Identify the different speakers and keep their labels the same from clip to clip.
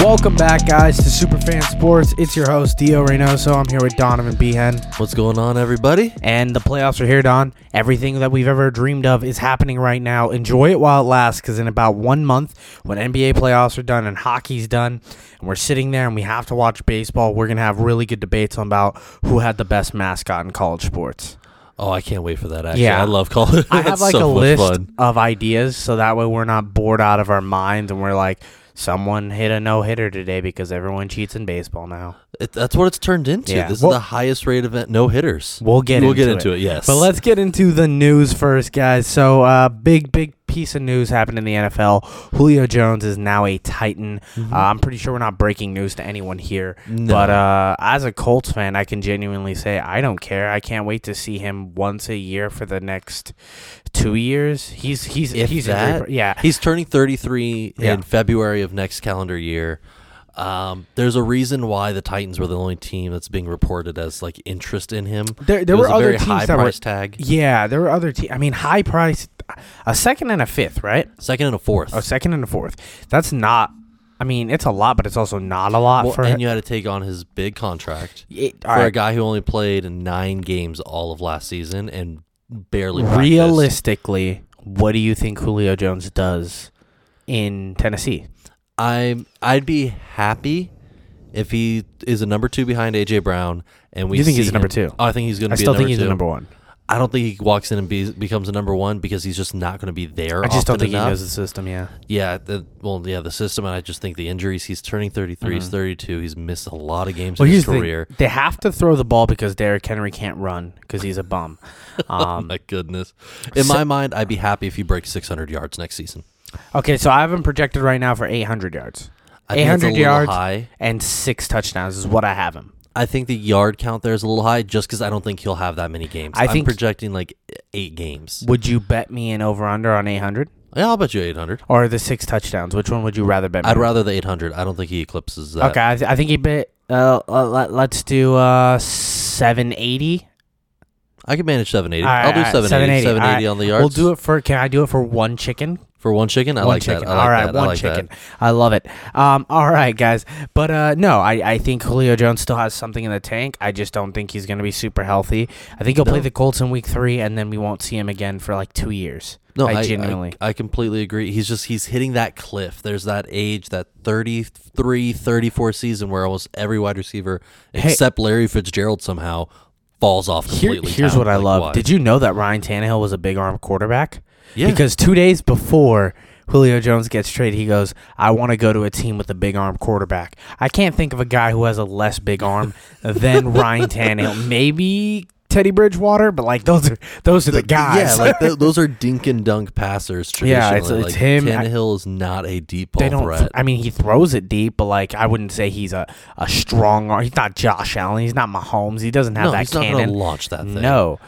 Speaker 1: Welcome back, guys, to Superfan Sports. It's your host, Dio Reynoso. I'm here with Donovan Behan.
Speaker 2: What's going on, everybody?
Speaker 1: And the playoffs are here, Don. Everything that we've ever dreamed of is happening right now. Enjoy it while it lasts, because in about one month, when NBA playoffs are done and hockey's done, and we're sitting there and we have to watch baseball, we're going to have really good debates on about who had the best mascot in college sports.
Speaker 2: Oh, I can't wait for that. Actually,
Speaker 1: Yeah.
Speaker 2: I love college.
Speaker 1: I have
Speaker 2: That's
Speaker 1: like
Speaker 2: so
Speaker 1: a
Speaker 2: much
Speaker 1: list
Speaker 2: fun.
Speaker 1: of ideas, so that way we're not bored out of our minds and we're like, someone hit a no hitter today because everyone cheats in baseball now.
Speaker 2: It, that's what it's turned into.
Speaker 1: Yeah.
Speaker 2: This
Speaker 1: Well-
Speaker 2: is the highest rate event. No hitters.
Speaker 1: We'll get
Speaker 2: we'll
Speaker 1: into
Speaker 2: get
Speaker 1: it.
Speaker 2: into it. Yes,
Speaker 1: But let's get into the news first, guys. So, uh, big, big piece of news happened in the NFL. Julio Jones is now a Titan. Uh, I'm pretty sure we're not breaking news to anyone here.
Speaker 2: Mm-hmm. No.
Speaker 1: But uh, as a Colts fan, I can genuinely say I don't care. I can't wait to see him once a year for the next two years. He's he's
Speaker 2: If
Speaker 1: he's
Speaker 2: that-
Speaker 1: injury- yeah.
Speaker 2: He's turning 33
Speaker 1: Yeah.
Speaker 2: in February of next calendar year. Um, there's a reason why the Titans were the only team that's being reported as like interest in him.
Speaker 1: There, there
Speaker 2: it was
Speaker 1: were
Speaker 2: a
Speaker 1: other
Speaker 2: very
Speaker 1: teams
Speaker 2: high
Speaker 1: that
Speaker 2: price
Speaker 1: were
Speaker 2: tag,
Speaker 1: yeah. There were other teams. I mean, high price, a second and a fifth, right?
Speaker 2: second and a fourth.
Speaker 1: A second and a fourth. That's not. I mean, it's a lot, but it's also not a lot
Speaker 2: Well,
Speaker 1: for
Speaker 2: and you had to take on his big contract
Speaker 1: It,
Speaker 2: for
Speaker 1: alright,
Speaker 2: a guy who only played nine games all of last season and barely practiced.
Speaker 1: realistically, what do you think Julio Jones does in Tennessee?
Speaker 2: I'm I'd be happy if he is a number two behind AJ Brown, and we
Speaker 1: You think
Speaker 2: see
Speaker 1: he's a number
Speaker 2: him-
Speaker 1: two?
Speaker 2: Oh, I think he's going to
Speaker 1: I
Speaker 2: be.
Speaker 1: still
Speaker 2: a
Speaker 1: think
Speaker 2: number
Speaker 1: he's
Speaker 2: two.
Speaker 1: the number one.
Speaker 2: I don't think he walks in and be, becomes a number one because he's just not going to be there.
Speaker 1: I just don't
Speaker 2: often
Speaker 1: think
Speaker 2: enough.
Speaker 1: he knows the system. Yeah,
Speaker 2: Yeah, the, well, yeah, the system, and I just think the injuries. He's turning 33. He's
Speaker 1: Mm-hmm.
Speaker 2: 32. He's missed a lot of games in his career.
Speaker 1: they have to throw the ball because Derrick Henry can't run because he's a bum. Um,
Speaker 2: Oh My goodness. In
Speaker 1: So-
Speaker 2: my mind, I'd be happy if he breaks 600 yards next season.
Speaker 1: okay, so I have him projected right now for 800 yards,
Speaker 2: I think that's
Speaker 1: 800
Speaker 2: a little
Speaker 1: yards.
Speaker 2: high.
Speaker 1: and six touchdowns is what I have him.
Speaker 2: I think the yard count there is a little high just because I don't think he'll have that many games.
Speaker 1: I
Speaker 2: I'm
Speaker 1: think-
Speaker 2: projecting like eight games.
Speaker 1: Would you bet me an over under on 800
Speaker 2: Yeah, I'll bet you 800.
Speaker 1: or the six touchdowns? Which one would you rather bet me?
Speaker 2: I'd rather the 800. I don't think he eclipses that.
Speaker 1: Okay, I, th- I think he bet. Uh, uh, let, let's do uh, 780.
Speaker 2: I can manage 780.
Speaker 1: All right,
Speaker 2: I'll do
Speaker 1: all right, 780.
Speaker 2: 780. 780,
Speaker 1: All right.
Speaker 2: on the yards.
Speaker 1: We'll do it for. Can I do it for one chicken?
Speaker 2: For one chicken? I
Speaker 1: one
Speaker 2: like
Speaker 1: chicken.
Speaker 2: that. I like
Speaker 1: all right,
Speaker 2: that. I
Speaker 1: one
Speaker 2: like that.
Speaker 1: chicken. I love it. Um, all right, guys. But uh, no, I, I think Julio Jones still has something in the tank. I just don't think he's going to be super healthy. I think he'll play
Speaker 2: No.
Speaker 1: the Colts in week three, and then we won't see him again for like two years.
Speaker 2: No,
Speaker 1: I
Speaker 2: I, I
Speaker 1: genuinely-
Speaker 2: I, completely agree. He's just he's hitting that cliff. There's that age, that 33, 34 season where almost every wide receiver
Speaker 1: Hey.
Speaker 2: except Larry Fitzgerald somehow falls off
Speaker 1: Here,
Speaker 2: completely.
Speaker 1: here's what I love. Did you know that Ryan Tannehill was a big arm quarterback?
Speaker 2: Yeah.
Speaker 1: Because two days before Julio Jones gets traded, he goes, I want to go to a team with a big arm quarterback. I can't think of a guy who has a less big arm than Ryan Tannehill. Maybe Teddy Bridgewater, but like those are those are the
Speaker 2: Yeah,
Speaker 1: guys.
Speaker 2: like th- those are dink and dunk passers
Speaker 1: Yeah,
Speaker 2: traditionally.
Speaker 1: it's- it's
Speaker 2: like,
Speaker 1: him. I-
Speaker 2: Tannehill is not a deep ball
Speaker 1: they don't.
Speaker 2: threat.
Speaker 1: I mean, he throws it deep, but like I wouldn't say he's a, a strong arm. He's not Josh Allen. He's not Mahomes. He doesn't have
Speaker 2: no,
Speaker 1: that
Speaker 2: he's not
Speaker 1: cannon.
Speaker 2: going to launch that thing.
Speaker 1: No.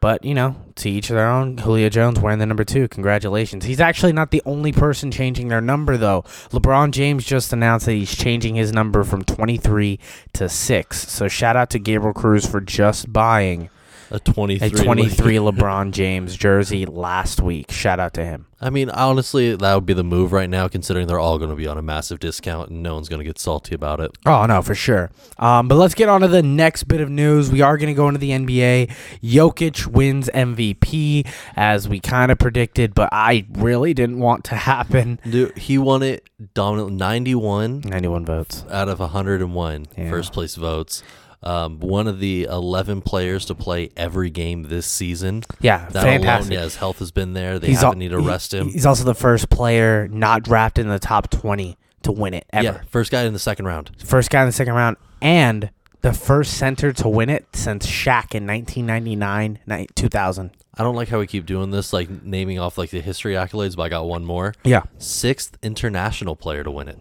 Speaker 1: But, you know, to each their own. Julio Jones wearing the number two. Congratulations. He's actually not the only person changing their number, though. LeBron James just announced that he's changing his number from 23 to 6. So shout out to Gabriel Cruz for just buying
Speaker 2: a 23.
Speaker 1: a 23 LeBron James jersey last week. Shout out to him.
Speaker 2: I mean, honestly, that would be the move right now, considering they're all going to be on a massive discount and no one's going to get salty about it.
Speaker 1: Oh no, for sure. Um, but let's get on to the next bit of news. We are going to go into the NBA. Jokic wins MVP as we kind of predicted, but I really didn't want to happen.
Speaker 2: Dude, he won it dominantly 91
Speaker 1: 91 votes.
Speaker 2: out of 101
Speaker 1: Yeah.
Speaker 2: first place votes. Um, one of the 11 players to play every game this season.
Speaker 1: Yeah,
Speaker 2: That
Speaker 1: fantastic.
Speaker 2: alone, yeah, his health has been there. They
Speaker 1: al-
Speaker 2: haven't need to
Speaker 1: he-
Speaker 2: rest him.
Speaker 1: He's also the first player not drafted in the top 20 to win it ever.
Speaker 2: Yeah, first guy in the second round.
Speaker 1: First guy in the second round and the first center to win it since Shaq in 1999, ni- 2000.
Speaker 2: I don't like how we keep doing this, like naming off like the history accolades, but I got one more.
Speaker 1: Yeah.
Speaker 2: Sixth international player to win it.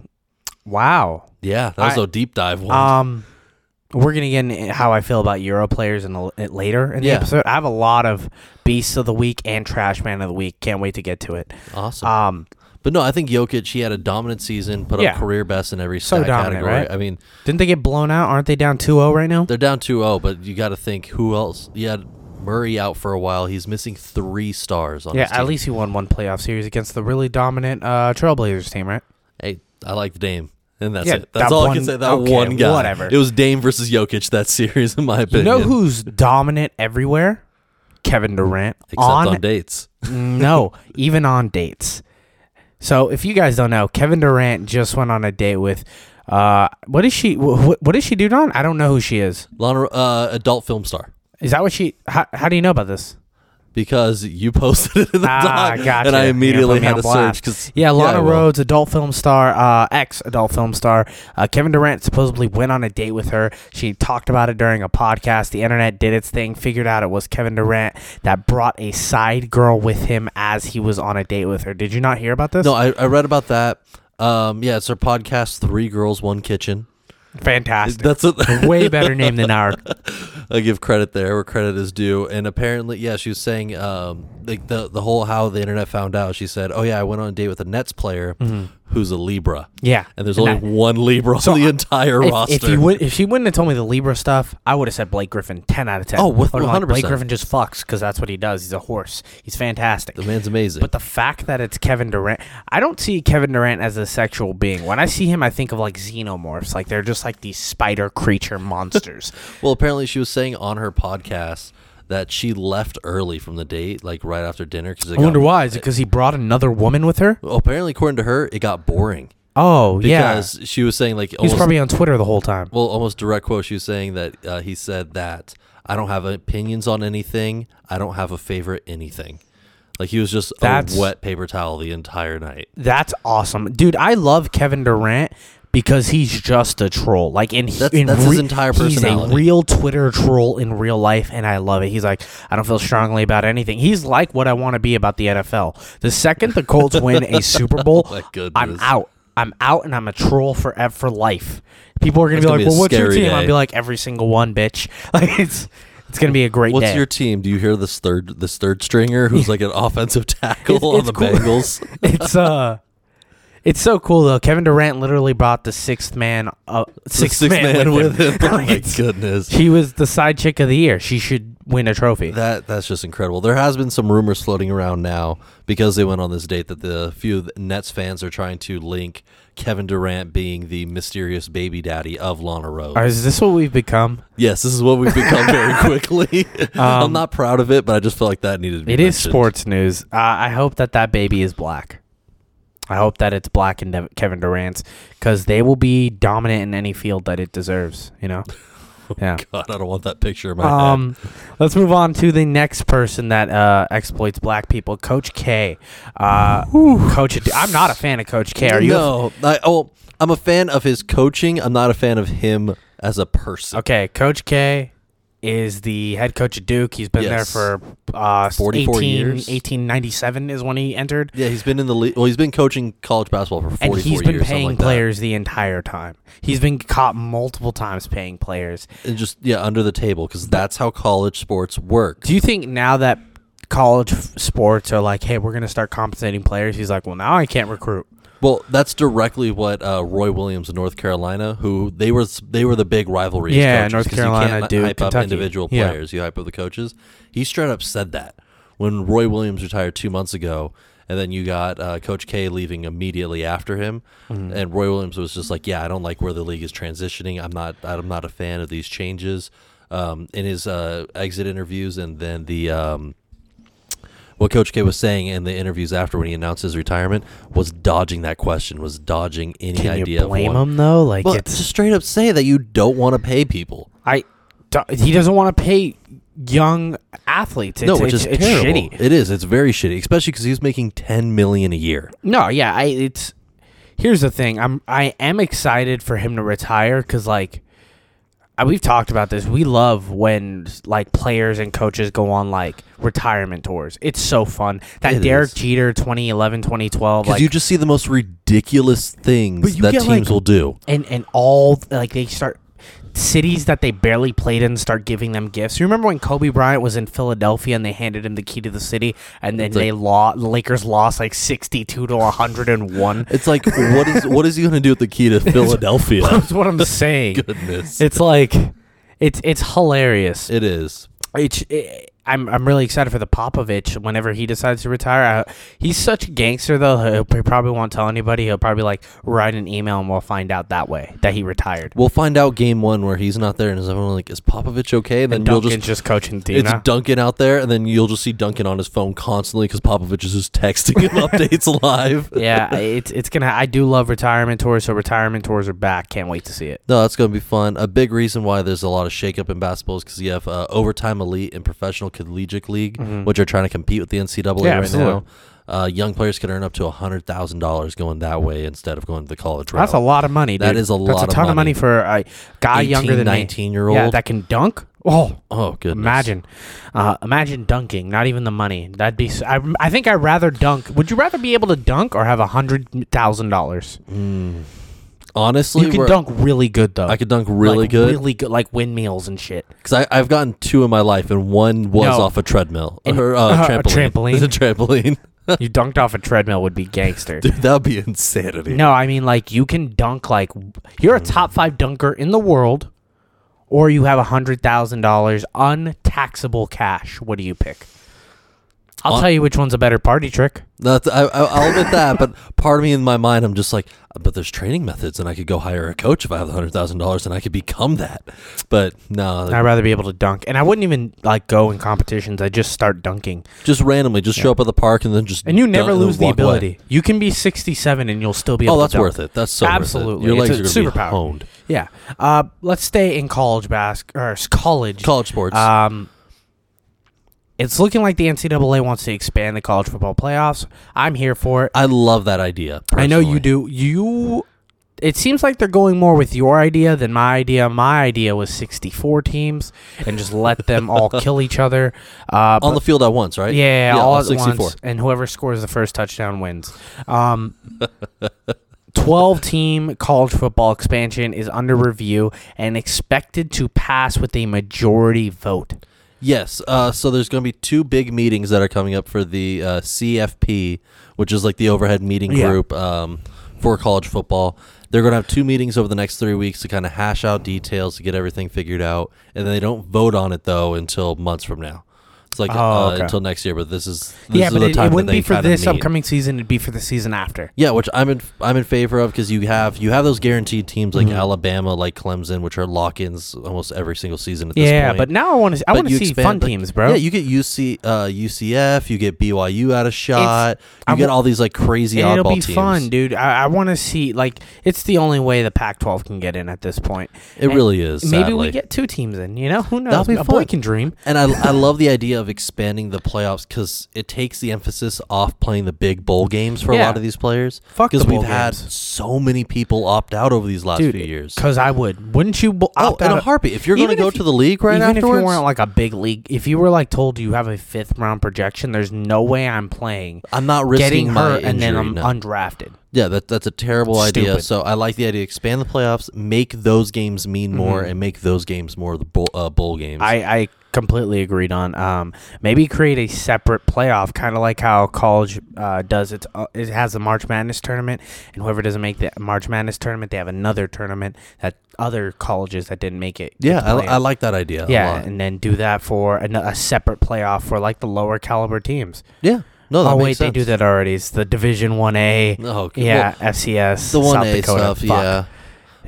Speaker 1: Wow.
Speaker 2: Yeah, that was
Speaker 1: I-
Speaker 2: a deep dive one.
Speaker 1: Um, we're gonna get into how I feel about Euro players in the, eh, later in the
Speaker 2: Yeah.
Speaker 1: episode. I have a lot of beasts of the week and trash man of the week. Can't wait to get to it.
Speaker 2: awesome.
Speaker 1: Um,
Speaker 2: But no, I think Jokic, he had a dominant season, put
Speaker 1: Yeah.
Speaker 2: up career best in every
Speaker 1: So
Speaker 2: stat
Speaker 1: dominant,
Speaker 2: category.
Speaker 1: right?
Speaker 2: I mean,
Speaker 1: didn't they get blown out? Aren't they down 2-0 right now?
Speaker 2: they're down 2-0, but you got to think who else. You had Murray out for a while. He's missing three stars on
Speaker 1: Yeah,
Speaker 2: his team.
Speaker 1: at least he won one playoff series against the really dominant uh, Trailblazers team, right?
Speaker 2: Hey, I like the Dame. And that's
Speaker 1: Yeah,
Speaker 2: it. That's
Speaker 1: that
Speaker 2: all I
Speaker 1: one-
Speaker 2: can say. That
Speaker 1: okay,
Speaker 2: one guy.
Speaker 1: whatever.
Speaker 2: It was Dame versus Jokic that series, in my
Speaker 1: You
Speaker 2: opinion.
Speaker 1: know who's dominant everywhere? Kevin Durant.
Speaker 2: Except on dates.
Speaker 1: no, even on dates. So if you guys don't know, Kevin Durant just went on a date with. Uh, what is she? What, what is she do, Don? I don't know who she is.
Speaker 2: Lana, uh, adult film star.
Speaker 1: Is that what she? How, how do you know about this?
Speaker 2: Because you posted it in the
Speaker 1: Ah,
Speaker 2: doc,
Speaker 1: gotcha.
Speaker 2: and I
Speaker 1: You're
Speaker 2: immediately
Speaker 1: putting me
Speaker 2: had
Speaker 1: on
Speaker 2: to
Speaker 1: blast.
Speaker 2: search. Cause,
Speaker 1: Yeah, Lana
Speaker 2: I will.
Speaker 1: Rhodes, adult film star, uh, ex adult film star. Uh, Kevin Durant supposedly went on a date with her. She talked about it during a podcast. The internet did its thing, figured out it was Kevin Durant that brought a side girl with him as he was on a date with her. Did you not hear about this?
Speaker 2: No, I, I read about that. Um, yeah, it's her podcast, Three Girls, One Kitchen.
Speaker 1: Fantastic.
Speaker 2: That's a,
Speaker 1: Way better name than our
Speaker 2: I give credit there where credit is due. And apparently, yeah, she was saying um, like the the whole how the internet found out. She said, "Oh yeah, I went on a date with a Nets player who's a Libra."
Speaker 1: Yeah.
Speaker 2: and there's
Speaker 1: Mm-hmm. And
Speaker 2: only
Speaker 1: that- uh,
Speaker 2: one Libra on the entire
Speaker 1: If,
Speaker 2: roster.
Speaker 1: if you would, if she wouldn't have told me the Libra stuff, I would have said Blake Griffin ten out of ten.
Speaker 2: Oh, with-
Speaker 1: I would've been like, Blake
Speaker 2: 100%.
Speaker 1: Griffin just fucks because that's what he does. He's a horse. He's fantastic.
Speaker 2: the man's amazing.
Speaker 1: But the fact that it's Kevin Durant, I don't see Kevin Durant as a sexual being. When I see him, I think of like xenomorphs. Like they're just like these spider creature monsters.
Speaker 2: well, apparently, she was saying on her podcast that she left early from the date, like right after dinner, because
Speaker 1: I wonder why. Is it because he brought another woman with her?
Speaker 2: Well, apparently, according to her, it got boring
Speaker 1: Oh, yeah.
Speaker 2: because she was saying like
Speaker 1: He was
Speaker 2: almost-
Speaker 1: probably on Twitter the whole time.
Speaker 2: well, almost direct quote. She was saying that uh, he said that I don't have opinions on anything. I don't have a favorite anything. Like he was just
Speaker 1: That's-
Speaker 2: a wet paper towel the entire night.
Speaker 1: That's awesome, dude. I love Kevin Durant because he's just a troll. Like in,
Speaker 2: That's-
Speaker 1: in
Speaker 2: that's his entire
Speaker 1: He's
Speaker 2: personality.
Speaker 1: a real Twitter troll in real life, and I love it. He's like, I don't feel strongly about anything. He's like what I want to be about the NFL. The second the Colts win a Super Bowl,
Speaker 2: Oh My goodness.
Speaker 1: I'm out. I'm out, and I'm a troll forever for life. People are gonna
Speaker 2: That's
Speaker 1: be
Speaker 2: gonna
Speaker 1: like,
Speaker 2: be a
Speaker 1: "Well, what's your
Speaker 2: scary
Speaker 1: team?" I'll
Speaker 2: day.
Speaker 1: be like, "Every single one, bitch." Like it's it's gonna be a great
Speaker 2: What's
Speaker 1: day.
Speaker 2: your team? Do you hear this third this third stringer who's like an offensive tackle
Speaker 1: It's-
Speaker 2: on
Speaker 1: it's
Speaker 2: the
Speaker 1: cool.
Speaker 2: Bengals?
Speaker 1: it's uh it's so cool though. Kevin Durant literally brought the sixth man, uh, sixth,
Speaker 2: Six
Speaker 1: man, with him.
Speaker 2: Oh
Speaker 1: Like,
Speaker 2: my
Speaker 1: it's-
Speaker 2: goodness.
Speaker 1: she was the side chick of the year. She should win a trophy.
Speaker 2: That that's just incredible. There has been some rumors floating around now because they went on this date that the few Nets fans are trying to link Kevin Durant being the mysterious baby daddy of Lana Rhodes.
Speaker 1: Or is this what we've become?
Speaker 2: Yes, this is what we've become very quickly. I'm not proud of it, but I just feel like that needed to be
Speaker 1: Um, It is
Speaker 2: mentioned.
Speaker 1: sports news. Uh, I hope that that baby is black. I hope that it's black and Dev- Kevin Durant's because they will be dominant in any field that it deserves. You know. Yeah.
Speaker 2: God, I don't want that picture in my head.
Speaker 1: Um, let's move on to the next person that uh, exploits black people, Coach K. Uh, Coach, Ad- I'm not a fan of Coach K. Are you?
Speaker 2: No. I, oh, I'm a fan of his coaching. I'm not a fan of him as a person.
Speaker 1: Okay, Coach K is the head coach of Duke. He's been
Speaker 2: Yes.
Speaker 1: there for uh,
Speaker 2: 44
Speaker 1: 18,
Speaker 2: years.
Speaker 1: 1897 is when he entered.
Speaker 2: Yeah, he's been in the league. Well, he's been coaching college basketball for 44
Speaker 1: and he's
Speaker 2: years,
Speaker 1: been
Speaker 2: something
Speaker 1: paying
Speaker 2: like
Speaker 1: players the entire time. He's been caught multiple times paying players.
Speaker 2: that. And just yeah, under the table because that's how college sports work.
Speaker 1: Do you think now that college f- sports are like, hey, we're going to start compensating players? He's like, well, now I can't recruit.
Speaker 2: Well, that's directly what uh, Roy Williams of North Carolina, who they were they were the big rivalry. as
Speaker 1: Yeah,
Speaker 2: coaches,
Speaker 1: North
Speaker 2: 'cause you
Speaker 1: Carolina,
Speaker 2: can't
Speaker 1: Duke,
Speaker 2: hype up
Speaker 1: Kentucky.
Speaker 2: individual
Speaker 1: Yeah.
Speaker 2: players. You hype up the coaches. He straight up said that when Roy Williams retired two months ago, and then you got uh, Coach K leaving immediately after him,
Speaker 1: Mm-hmm.
Speaker 2: and Roy Williams was just like, "Yeah, I don't like where the league is transitioning. I'm not I'm not a fan of these changes." Um, in his uh, exit interviews, and then the um, what Coach K was saying in the interviews after when he announced his retirement was dodging that question, was dodging any
Speaker 1: Can
Speaker 2: idea
Speaker 1: you blame
Speaker 2: of one.
Speaker 1: him though? Like,
Speaker 2: Well,
Speaker 1: it's
Speaker 2: just straight up say that you don't want to pay people.
Speaker 1: I. do- He doesn't want to pay young athletes. It's,
Speaker 2: No, which
Speaker 1: it's,
Speaker 2: is
Speaker 1: it's
Speaker 2: terrible.
Speaker 1: shitty.
Speaker 2: It is. It's very shitty, especially because he was making ten million a year.
Speaker 1: No, yeah, I it's here's the thing. I'm I am excited for him to retire cuz like I, we've talked about this. We love when like players and coaches go on like retirement tours. It's so fun. That
Speaker 2: It
Speaker 1: Derek
Speaker 2: is.
Speaker 1: Jeter 2011 2012
Speaker 2: Because
Speaker 1: like
Speaker 2: you just see the most ridiculous things
Speaker 1: you
Speaker 2: that
Speaker 1: get,
Speaker 2: teams
Speaker 1: like-
Speaker 2: will do.
Speaker 1: and and all like they start cities that they barely played in start giving them gifts. You remember when Kobe Bryant was in Philadelphia and they handed him the key to the city and then
Speaker 2: like-
Speaker 1: they lost the Lakers lost like 62 to 101.
Speaker 2: It's like, what is what is he going to do with the key to Philadelphia?
Speaker 1: That's what I'm saying.
Speaker 2: Goodness,
Speaker 1: It's like it's it's hilarious.
Speaker 2: it is.
Speaker 1: It's it, I'm I'm really excited for the Popovich whenever he decides to retire. I, he's such a gangster though. He'll, he probably won't tell anybody. He'll probably like write an email and we'll find out that way that he retired.
Speaker 2: We'll find out game one where he's not there, and everyone like, is Popovich okay? And then
Speaker 1: And
Speaker 2: you'll
Speaker 1: Duncan's
Speaker 2: just
Speaker 1: just, coaching the team.
Speaker 2: it's
Speaker 1: now.
Speaker 2: Duncan out there, and then you'll just see Duncan on his phone constantly because Popovich is just texting him updates live.
Speaker 1: yeah, I- it's it's gonna. I do love retirement tours, so retirement tours are back. Can't wait to see it.
Speaker 2: No, that's going to be fun. A big reason why there's a lot of shakeup in basketball is because you have uh, overtime elite and professional collegiate league, which are trying to compete with the NCAA
Speaker 1: Mm-hmm. Yeah,
Speaker 2: right
Speaker 1: absolutely.
Speaker 2: now. Uh, young players can earn up to hundred thousand dollars going that way instead of going to the college route.
Speaker 1: That's a lot of money. Dude.
Speaker 2: That is a
Speaker 1: That's
Speaker 2: lot
Speaker 1: a
Speaker 2: of
Speaker 1: ton of money,
Speaker 2: money.
Speaker 1: for a guy younger
Speaker 2: 18,
Speaker 1: than me.
Speaker 2: 19-year-old.
Speaker 1: Yeah, that can dunk. Oh,
Speaker 2: oh, goodness.
Speaker 1: imagine, uh, imagine dunking. Not even the money. That'd be. s- I, I think I'd rather dunk. Would you rather be able to dunk or have a hundred thousand dollars?
Speaker 2: Hmm. Honestly,
Speaker 1: You can
Speaker 2: we're-
Speaker 1: dunk really good though.
Speaker 2: I could dunk really
Speaker 1: Like,
Speaker 2: good
Speaker 1: really good, like windmills and shit.
Speaker 2: because I've gotten two in my life, and one was
Speaker 1: No.
Speaker 2: off a treadmill
Speaker 1: And-
Speaker 2: or
Speaker 1: uh,
Speaker 2: uh,
Speaker 1: a
Speaker 2: trampoline.
Speaker 1: trampoline.
Speaker 2: a trampoline.
Speaker 1: you dunked off a treadmill would be gangster.
Speaker 2: Dude, that would be Mm. insanity.
Speaker 1: No, I mean like you can dunk like you're a top five dunker in the world, or you have a hundred thousand dollars untaxable cash. What do you pick? I'll
Speaker 2: Un-
Speaker 1: tell you which one's a better party trick.
Speaker 2: That's, I, I, I'll admit that, but part of me in my mind, I'm just like, but there's training methods, and I could go hire a coach if I have the hundred thousand dollars, and I could become that. But no,
Speaker 1: I'd rather be able to dunk, and I wouldn't even like go in competitions. I just start dunking,
Speaker 2: just randomly, just show up at the park and then just
Speaker 1: and you never
Speaker 2: dunk and
Speaker 1: lose the
Speaker 2: walk away.
Speaker 1: ability. You can be sixty-seven and you'll still be. Able
Speaker 2: Oh, that's
Speaker 1: to dunk.
Speaker 2: worth it. That's so worth it.
Speaker 1: absolutely.
Speaker 2: Your legs
Speaker 1: it's
Speaker 2: are
Speaker 1: a
Speaker 2: gonna be
Speaker 1: superpower.
Speaker 2: honed.
Speaker 1: Yeah. Uh, let's stay in college bas- or s- college.
Speaker 2: College sports.
Speaker 1: Um, it's looking like the NCAA wants to expand the college football playoffs. I'm here for it.
Speaker 2: I love that idea.
Speaker 1: I know you
Speaker 2: personally.
Speaker 1: do. You. It seems like they're going more with your idea than my idea. My idea was 64 teams and just let them all kill each other. Uh,
Speaker 2: on the field at once,
Speaker 1: but-
Speaker 2: right?
Speaker 1: yeah, all at
Speaker 2: 64.
Speaker 1: once, and whoever scores the first touchdown wins. Um, 12 team college football expansion is under review and expected to pass with a majority vote.
Speaker 2: Yes. Uh, so there's going to be two big meetings that are coming up for the uh, CFP, which is like the overhead meeting
Speaker 1: Yeah.
Speaker 2: group um, for college football. They're going to have two meetings over the next three weeks to kind of hash out details to get everything figured out, and they don't vote on it though until months from now. It's like
Speaker 1: Oh,
Speaker 2: uh,
Speaker 1: okay.
Speaker 2: until next year, but this is this
Speaker 1: Yeah,
Speaker 2: is
Speaker 1: but
Speaker 2: the
Speaker 1: it,
Speaker 2: time
Speaker 1: it
Speaker 2: that
Speaker 1: wouldn't
Speaker 2: they
Speaker 1: be for
Speaker 2: kinda
Speaker 1: this
Speaker 2: meet.
Speaker 1: upcoming season. It'd be for the season after.
Speaker 2: Yeah, which I'm in I'm in favor of because you have you have those guaranteed teams
Speaker 1: Mm-hmm.
Speaker 2: like Alabama, like Clemson, which are lock-ins almost every single season at this
Speaker 1: Yeah,
Speaker 2: point.
Speaker 1: but now I want to. I
Speaker 2: But
Speaker 1: want to
Speaker 2: you
Speaker 1: see
Speaker 2: expand-
Speaker 1: fun
Speaker 2: like,
Speaker 1: teams, bro.
Speaker 2: Yeah, you get UC, uh, UCF, you get BYU out of shot, you
Speaker 1: I'm-
Speaker 2: get all these like crazy
Speaker 1: And it'll
Speaker 2: oddball
Speaker 1: be
Speaker 2: teams.
Speaker 1: fun, dude. I, I want to see. Like, it's the only way the Pac-12 can get in at this point.
Speaker 2: It
Speaker 1: And
Speaker 2: really is.
Speaker 1: Maybe
Speaker 2: sadly.
Speaker 1: we get two teams in. You know, who knows?
Speaker 2: That'll be
Speaker 1: A boy
Speaker 2: fun.
Speaker 1: can dream.
Speaker 2: And I, I love the idea of expanding the playoffs because it takes the emphasis off playing the big bowl games for a
Speaker 1: Yeah.
Speaker 2: lot of these players.
Speaker 1: Fuck the
Speaker 2: because we've
Speaker 1: bowl
Speaker 2: had
Speaker 1: games.
Speaker 2: so many people opt out over these last
Speaker 1: Dude,
Speaker 2: few years.
Speaker 1: Because I would. Wouldn't you? bo-
Speaker 2: Oh,
Speaker 1: opt
Speaker 2: in
Speaker 1: out
Speaker 2: a
Speaker 1: of-
Speaker 2: heartbeat. If you're going to
Speaker 1: Even
Speaker 2: go
Speaker 1: if
Speaker 2: to
Speaker 1: you-
Speaker 2: the league right
Speaker 1: even if
Speaker 2: afterwards,
Speaker 1: you weren't like a big league, if you were like told you have a fifth round projection, there's no way I'm playing.
Speaker 2: I'm not risking
Speaker 1: Getting
Speaker 2: my
Speaker 1: hurt and then
Speaker 2: injury,
Speaker 1: I'm
Speaker 2: no.
Speaker 1: undrafted.
Speaker 2: Yeah, that, that's a terrible idea.
Speaker 1: Stupid.
Speaker 2: So I like the idea expand the playoffs, make those games mean more, and make those games more the bowl, uh, bowl games.
Speaker 1: Mm-hmm. I, I completely agreed on. Um, maybe create a separate playoff, kind of like how college uh, does its. Uh, it has the March Madness tournament, and whoever doesn't make the March Madness tournament, they have another tournament that other colleges that didn't make it. get
Speaker 2: yeah,
Speaker 1: to
Speaker 2: I,
Speaker 1: play in.
Speaker 2: I like that idea. a
Speaker 1: yeah,
Speaker 2: lot.
Speaker 1: and then do that for an, a separate playoff for like the lower caliber teams.
Speaker 2: yeah. No, that
Speaker 1: oh wait,
Speaker 2: makes
Speaker 1: they
Speaker 2: sense.
Speaker 1: do that already. It's the Division One A.
Speaker 2: Oh, okay.
Speaker 1: Yeah,
Speaker 2: Well,
Speaker 1: FCS.
Speaker 2: the one
Speaker 1: South
Speaker 2: A
Speaker 1: Dakota.
Speaker 2: stuff.
Speaker 1: Fuck.
Speaker 2: Yeah,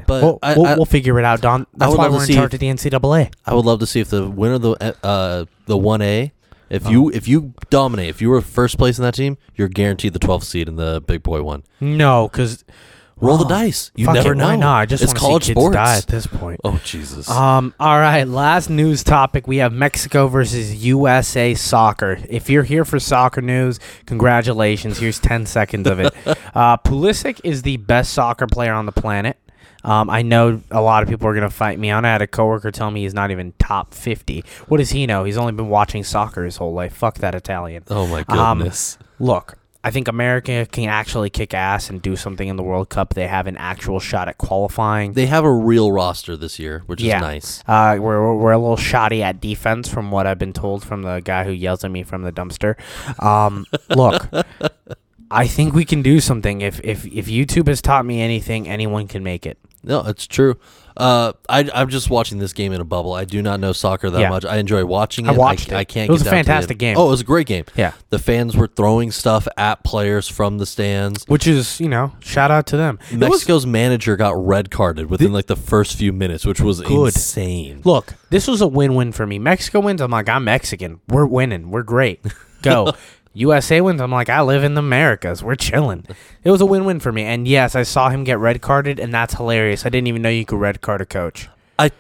Speaker 2: but
Speaker 1: We'll,
Speaker 2: I,
Speaker 1: we'll,
Speaker 2: I,
Speaker 1: we'll figure it out, Don. That's
Speaker 2: would
Speaker 1: why
Speaker 2: love to
Speaker 1: we're in
Speaker 2: see
Speaker 1: charge
Speaker 2: if-
Speaker 1: of the NCAA.
Speaker 2: I would love to see if the winner of the uh, the one A,
Speaker 1: Oh.
Speaker 2: if you if you dominate, if you were first place in that team, you're guaranteed the 12th seed in the Big Boy one.
Speaker 1: No, because
Speaker 2: Roll the dice. You
Speaker 1: Oh, Fuck
Speaker 2: never
Speaker 1: it,
Speaker 2: know.
Speaker 1: Why not? I just
Speaker 2: it's
Speaker 1: wanna
Speaker 2: college
Speaker 1: see kids
Speaker 2: sports.
Speaker 1: die at this point.
Speaker 2: Oh Jesus.
Speaker 1: Um, all right, last news topic. We have Mexico versus USA soccer. If you're here for soccer news, congratulations. Here's 10 seconds of it. Uh, Pulisic is the best soccer player on the planet. Um, I know a lot of people are going to fight me on it. I had a coworker tell me he's not even top 50. What does he know? He's only been watching soccer his whole life. Fuck that Italian.
Speaker 2: oh my
Speaker 1: um,
Speaker 2: goodness.
Speaker 1: Look, I think America can actually kick ass and do something in the World Cup. They have an actual shot at qualifying.
Speaker 2: they have a real roster this year, which is nice.
Speaker 1: Uh, we're, we're- we're a little shoddy at defense, from what I've been told from the guy who yells at me from the dumpster. Um, look, I think we can do something. If if if YouTube has taught me anything, anyone can make it.
Speaker 2: No, it's true. Uh, I, I'm just watching this game in a bubble. I do not know soccer that
Speaker 1: Yeah.
Speaker 2: much. I enjoy watching it.
Speaker 1: I watched
Speaker 2: I,
Speaker 1: it.
Speaker 2: can't.
Speaker 1: It was
Speaker 2: get
Speaker 1: a
Speaker 2: down to the
Speaker 1: fantastic
Speaker 2: end.
Speaker 1: game.
Speaker 2: Oh, it was a great game.
Speaker 1: Yeah.
Speaker 2: the fans were throwing stuff at players from the stands.
Speaker 1: Which is, you know, shout out to them. It was-
Speaker 2: Mexico's manager got red carded within like the first few minutes, which was insane.
Speaker 1: Look, this was a win-win for me. Mexico wins, I'm like, I'm Mexican. We're winning. We're great. Go. USA wins, I'm like, I live in the Americas. We're chilling. It was a win-win for me. And yes, I saw him get red carded, and that's hilarious. I didn't even know you could red card a coach.
Speaker 2: I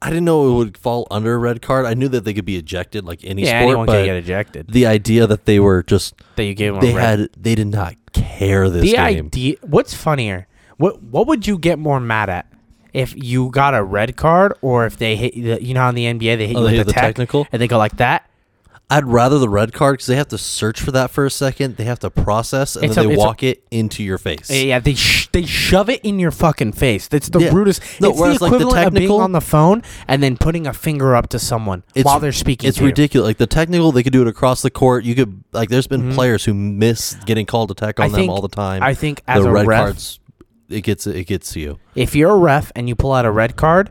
Speaker 2: I didn't know it would fall under a red card. I knew that they could be ejected like any
Speaker 1: Yeah,
Speaker 2: sport,
Speaker 1: anyone
Speaker 2: but
Speaker 1: could get ejected.
Speaker 2: the idea that they were just
Speaker 1: That you gave him
Speaker 2: they
Speaker 1: a red
Speaker 2: had they did not care this
Speaker 1: the
Speaker 2: game.
Speaker 1: idea what's funnier what what would you get more mad at if you got a red card or if they hit the, you know how in the nba they hit
Speaker 2: Oh,
Speaker 1: you with
Speaker 2: they hit
Speaker 1: a
Speaker 2: the
Speaker 1: tech
Speaker 2: technical?
Speaker 1: and they go like that
Speaker 2: I'd rather the red card because they have to search for that for a second. They have to process and
Speaker 1: It's
Speaker 2: then
Speaker 1: a-
Speaker 2: they
Speaker 1: it's a-
Speaker 2: walk it into your face.
Speaker 1: yeah, yeah they sh- they shove it in your fucking face that's the
Speaker 2: Yeah.
Speaker 1: rudest
Speaker 2: No,
Speaker 1: it's the
Speaker 2: whereas, like, the
Speaker 1: equivalent of being
Speaker 2: technical-
Speaker 1: on the phone and then putting a finger up to someone while they're speaking
Speaker 2: It's
Speaker 1: to you.
Speaker 2: ridiculous. Like the technical, they could do it across the court. You could like, there's been players who miss getting called to tech on
Speaker 1: Mm-hmm. I
Speaker 2: them
Speaker 1: think-
Speaker 2: all the time.
Speaker 1: I think as
Speaker 2: the
Speaker 1: a
Speaker 2: red
Speaker 1: ref-
Speaker 2: cards, it gets it gets you.
Speaker 1: if you're a ref and you pull out a red card,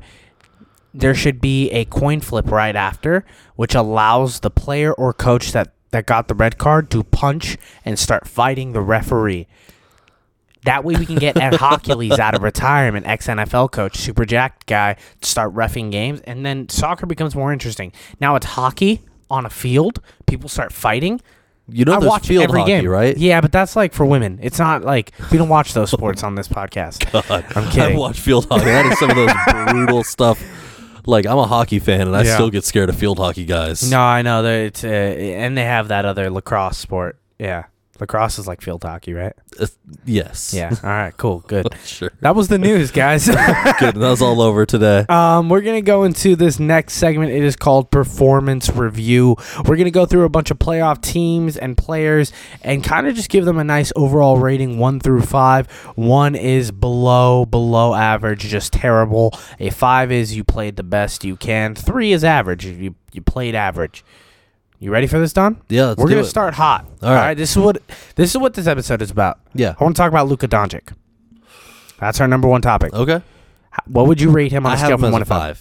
Speaker 1: there should be a coin flip right after, which allows the player or coach that, that got the red card to punch and start fighting the referee. That way we can get Ed Hockley's out of retirement, ex NFL coach, super jacked guy, to start refing games, and then soccer becomes more interesting. Now it's hockey on a field, people start fighting.
Speaker 2: You know,
Speaker 1: I
Speaker 2: there's
Speaker 1: watch
Speaker 2: field
Speaker 1: every
Speaker 2: hockey,
Speaker 1: game,
Speaker 2: right?
Speaker 1: Yeah, but that's like for women. It's not like we don't watch those sports on this podcast. I'm
Speaker 2: Uh, I
Speaker 1: kidding.
Speaker 2: watch field hockey. That is some of those brutal stuff. Like I'm a hockey fan, and I
Speaker 1: Yeah.
Speaker 2: still get scared of field hockey guys.
Speaker 1: No, I know that it's uh, and they have that other lacrosse sport. Yeah, lacrosse is like field hockey, right?
Speaker 2: Uh, yes.
Speaker 1: Yeah. All right. Cool. Good.
Speaker 2: Sure.
Speaker 1: That was the news, guys.
Speaker 2: Good. That was all over today.
Speaker 1: um, we're gonna go into this next segment. It is called performance review. We're gonna go through a bunch of playoff teams and players, and kind of just give them a nice overall rating, one through five. One is below below average, just terrible. A five is you played the best you can. Three is average. You you played average. You ready for this, Don?
Speaker 2: Yeah. Let's
Speaker 1: We're
Speaker 2: do
Speaker 1: gonna
Speaker 2: it.
Speaker 1: start hot.
Speaker 2: All right.
Speaker 1: All right. This is what this is what this episode is about.
Speaker 2: Yeah.
Speaker 1: I want to talk about Luka Doncic. That's our number one topic.
Speaker 2: Okay.
Speaker 1: H- What would you rate him on
Speaker 2: Oh. I
Speaker 1: a
Speaker 2: have
Speaker 1: scale
Speaker 2: him
Speaker 1: from
Speaker 2: as
Speaker 1: one
Speaker 2: a
Speaker 1: to five?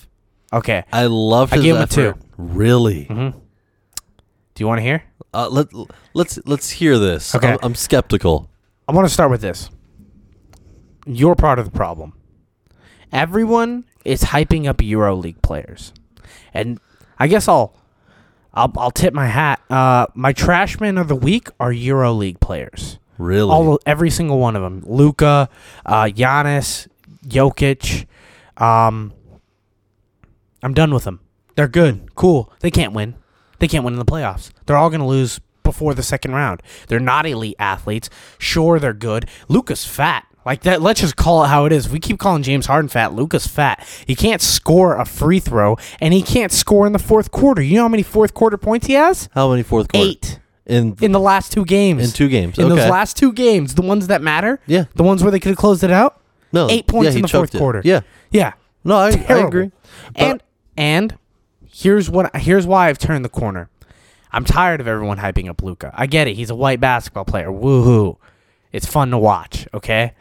Speaker 2: five.
Speaker 1: Okay.
Speaker 2: I loved
Speaker 1: I
Speaker 2: his
Speaker 1: gave him a
Speaker 2: effort.
Speaker 1: two. Hmm.
Speaker 2: Really?
Speaker 1: Do you want to hear?
Speaker 2: Uh, let let's let's hear this.
Speaker 1: Okay.
Speaker 2: I'm, I'm skeptical.
Speaker 1: I want to start with this. You're part of the problem. Everyone is hyping up EuroLeague players, and I guess I'll I'll, I'll tip my hat. Uh, my trashmen of the week are EuroLeague players.
Speaker 2: Really?
Speaker 1: All every single one of them. Luca, uh, Giannis, Jokic. Um, I'm done with them. They're good, cool. They can't win. They can't win in the playoffs. They're all gonna lose before the second round. They're not elite athletes. Sure, they're good. Luca's fat. Like that. Let's just call it how it is. We keep calling James Harden fat. Luca's fat. He can't score a free throw, and he can't score in the fourth quarter. You know how many fourth quarter points he has?
Speaker 2: How many fourth quarter?
Speaker 1: Eight
Speaker 2: In
Speaker 1: in the last two games.
Speaker 2: In two games,
Speaker 1: In
Speaker 2: okay.
Speaker 1: those last two games, the ones that matter.
Speaker 2: Yeah.
Speaker 1: The ones where they could have closed it out.
Speaker 2: no
Speaker 1: Eight
Speaker 2: yeah,
Speaker 1: points
Speaker 2: he
Speaker 1: in the
Speaker 2: choked
Speaker 1: fourth
Speaker 2: it.
Speaker 1: quarter.
Speaker 2: Yeah.
Speaker 1: Yeah.
Speaker 2: No, I, I
Speaker 1: Terrible.
Speaker 2: agree. But
Speaker 1: and and here's what here's why I've turned the corner. I'm tired of everyone hyping up Luca. I get it. He's a white basketball player. Woohoo. It's fun to watch, okay?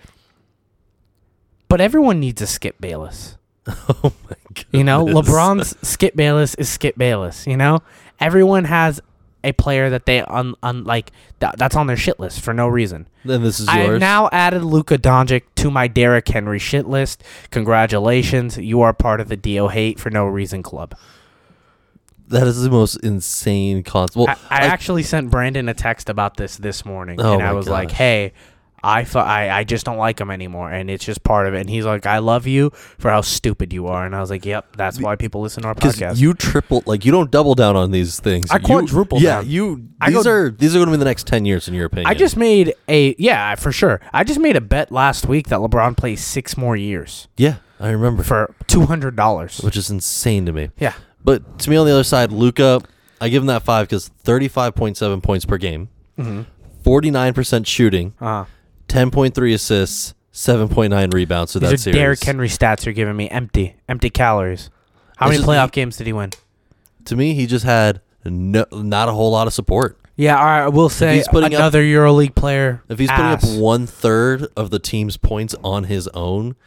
Speaker 1: But everyone needs a Skip Bayless.
Speaker 2: oh my god.
Speaker 1: You know, LeBron's Skip Bayless is Skip Bayless. You know, everyone has a player that they un, un like that, that's on their shit list for no reason.
Speaker 2: Then this is
Speaker 1: I have
Speaker 2: yours.
Speaker 1: now added Luka Doncic to my Derrick Henry shit list. Congratulations, you are part of the Do Hate for No Reason Club.
Speaker 2: that is the most insane concept. Well,
Speaker 1: I, I
Speaker 2: I-
Speaker 1: actually sent Brandon a text about this this morning,
Speaker 2: Oh
Speaker 1: and I
Speaker 2: my
Speaker 1: was like,
Speaker 2: gosh.
Speaker 1: "Hey, I, fu- I I just don't like him anymore, and it's just part of it." And he's like, "I love you for how stupid you are," and I was like, "Yep, that's why people listen to our podcast."
Speaker 2: because you triple like you don't double down on these things.
Speaker 1: I
Speaker 2: You-
Speaker 1: quadruple
Speaker 2: Yeah,
Speaker 1: down.
Speaker 2: you.
Speaker 1: I
Speaker 2: These
Speaker 1: go-
Speaker 2: are these are going to be the next ten years in your opinion.
Speaker 1: I just made a yeah for sure. I just made a bet last week that LeBron plays six more years
Speaker 2: yeah, I remember,
Speaker 1: for two hundred dollars.
Speaker 2: which is insane to me.
Speaker 1: Yeah,
Speaker 2: But to me, on the other side, Luca, I give him that five because thirty-five point seven points per game, 49 percent shooting,
Speaker 1: Mm-hmm. uh,
Speaker 2: ten point three assists, seven point nine rebounds. So
Speaker 1: these
Speaker 2: that's
Speaker 1: are
Speaker 2: serious.
Speaker 1: Derrick Henry stats you're giving me. Empty, empty calories. How
Speaker 2: It's
Speaker 1: many
Speaker 2: just-
Speaker 1: playoff games did he win?
Speaker 2: to me, he just had no, not a whole lot of support.
Speaker 1: Yeah, all right. I will say
Speaker 2: he's putting up-
Speaker 1: another EuroLeague player.
Speaker 2: If he's
Speaker 1: ass.
Speaker 2: putting up one third of the team's points on his own,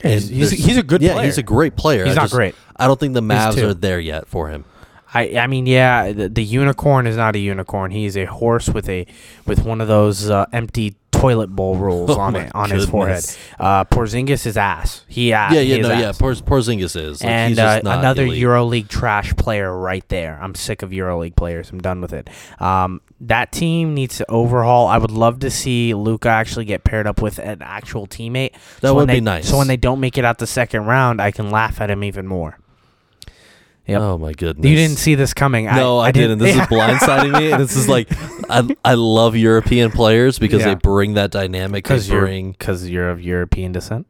Speaker 1: He's,
Speaker 2: And
Speaker 1: he's,
Speaker 2: there's-
Speaker 1: he's a good
Speaker 2: yeah,
Speaker 1: player.
Speaker 2: he's a great player.
Speaker 1: He's
Speaker 2: I
Speaker 1: not
Speaker 2: just-
Speaker 1: great.
Speaker 2: I don't think the Mavs
Speaker 1: two.
Speaker 2: are there yet for him.
Speaker 1: I, I mean, yeah, the, the unicorn is not a unicorn. He is a horse with a with one of those uh, empty toilet bowl rolls
Speaker 2: Oh
Speaker 1: on
Speaker 2: my
Speaker 1: it on his forehead.
Speaker 2: goodness.
Speaker 1: Uh, Porzingis is ass. He ass.
Speaker 2: yeah, yeah,
Speaker 1: Uh, he is
Speaker 2: no, yeah.
Speaker 1: ass.
Speaker 2: Porz, Porzingis is like,
Speaker 1: and
Speaker 2: he's just
Speaker 1: uh,
Speaker 2: not
Speaker 1: another
Speaker 2: elite.
Speaker 1: EuroLeague trash player right there. I'm sick of EuroLeague players. I'm done with it. Um, that team needs to overhaul. I would love to see Luca actually get paired up with an actual teammate.
Speaker 2: That
Speaker 1: when
Speaker 2: would be
Speaker 1: they-
Speaker 2: nice.
Speaker 1: So when they don't make it out the second round, I can laugh at him even more. Yep.
Speaker 2: Oh my goodness!
Speaker 1: You didn't see this coming.
Speaker 2: No, I, didn't. This
Speaker 1: Yeah.
Speaker 2: is blindsiding me. This is like, I, I love European players because
Speaker 1: Yeah.
Speaker 2: they bring that dynamic. They
Speaker 1: because you're
Speaker 2: bring
Speaker 1: because you're of European descent.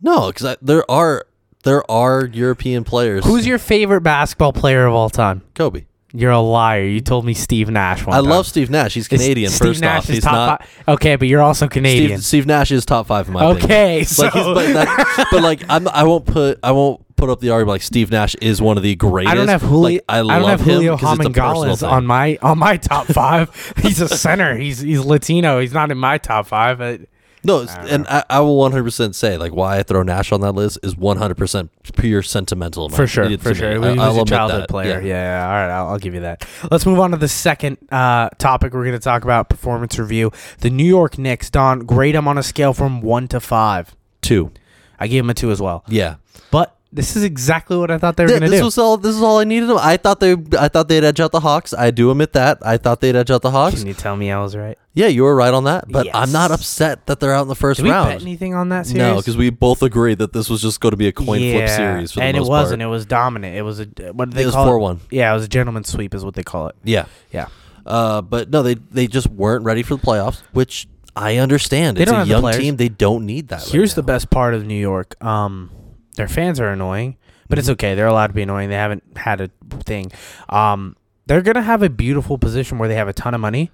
Speaker 2: no, because there are there are European players.
Speaker 1: Who's your favorite basketball player of all time?
Speaker 2: Kobe?
Speaker 1: You're a liar. You told me Steve Nash. One
Speaker 2: I
Speaker 1: time.
Speaker 2: love Steve Nash. He's
Speaker 1: Is
Speaker 2: Canadian.
Speaker 1: Steve
Speaker 2: first
Speaker 1: Nash
Speaker 2: off,
Speaker 1: is
Speaker 2: he's
Speaker 1: top
Speaker 2: not.
Speaker 1: five- Okay, but you're also Canadian.
Speaker 2: Steve, Steve Nash is top five in my opinion.
Speaker 1: okay, so
Speaker 2: Like he's, but, that, but like I'm, I won't put I won't put up the argument like Steve Nash is one of the greatest.
Speaker 1: I don't have Julio.
Speaker 2: Like, I,
Speaker 1: I, don't
Speaker 2: love
Speaker 1: have
Speaker 2: him
Speaker 1: Julio
Speaker 2: 'cause it's a personal
Speaker 1: Homangales
Speaker 2: thing.
Speaker 1: on my on my top five. he's a center. He's he's Latino. He's not in my top five. But
Speaker 2: No, it's- and I, I will 100 percent say like why I throw Nash on that list is 100 percent pure sentimental.
Speaker 1: for sure, for sure. He was
Speaker 2: I, will
Speaker 1: a childhood player. Yeah. all right, I'll, I'll give you that. Let's move on to the second uh, topic we're going to talk about: performance review. The New York Knicks. Don, grade him on a scale from one to five.
Speaker 2: two.
Speaker 1: I gave him a two as well.
Speaker 2: Yeah,
Speaker 1: But this is exactly what I thought they were
Speaker 2: Yeah,
Speaker 1: going to
Speaker 2: this
Speaker 1: do.
Speaker 2: was all. This is all I needed. I thought they. I thought they'd edge out the Hawks. I do admit that. I thought they'd edge out the Hawks.
Speaker 1: Can you tell me I was right?
Speaker 2: Yeah, you were right on that. But
Speaker 1: Yes.
Speaker 2: I'm not upset that they're out in the first
Speaker 1: Did we bet
Speaker 2: round.
Speaker 1: anything on that series?
Speaker 2: No, because we both agreed that this was just going to be a coin flip series. For the
Speaker 1: and
Speaker 2: most
Speaker 1: it wasn't.
Speaker 2: Part.
Speaker 1: It was dominant. It was a what do they
Speaker 2: It was
Speaker 1: call
Speaker 2: four
Speaker 1: it?
Speaker 2: one.
Speaker 1: Yeah, it was a gentleman's sweep, is what they call it.
Speaker 2: Yeah.
Speaker 1: Yeah,
Speaker 2: Uh, but no, they they just weren't ready for the playoffs, which I understand.
Speaker 1: They
Speaker 2: it's
Speaker 1: don't
Speaker 2: a
Speaker 1: have the
Speaker 2: young
Speaker 1: players.
Speaker 2: team; they don't need that. right
Speaker 1: here's the
Speaker 2: now.
Speaker 1: best part of New York. Um, their fans are annoying, but
Speaker 2: Mm-hmm.
Speaker 1: it's okay. They're allowed to be annoying. They haven't had a thing. Um, they're gonna have a beautiful position where they have a ton of money,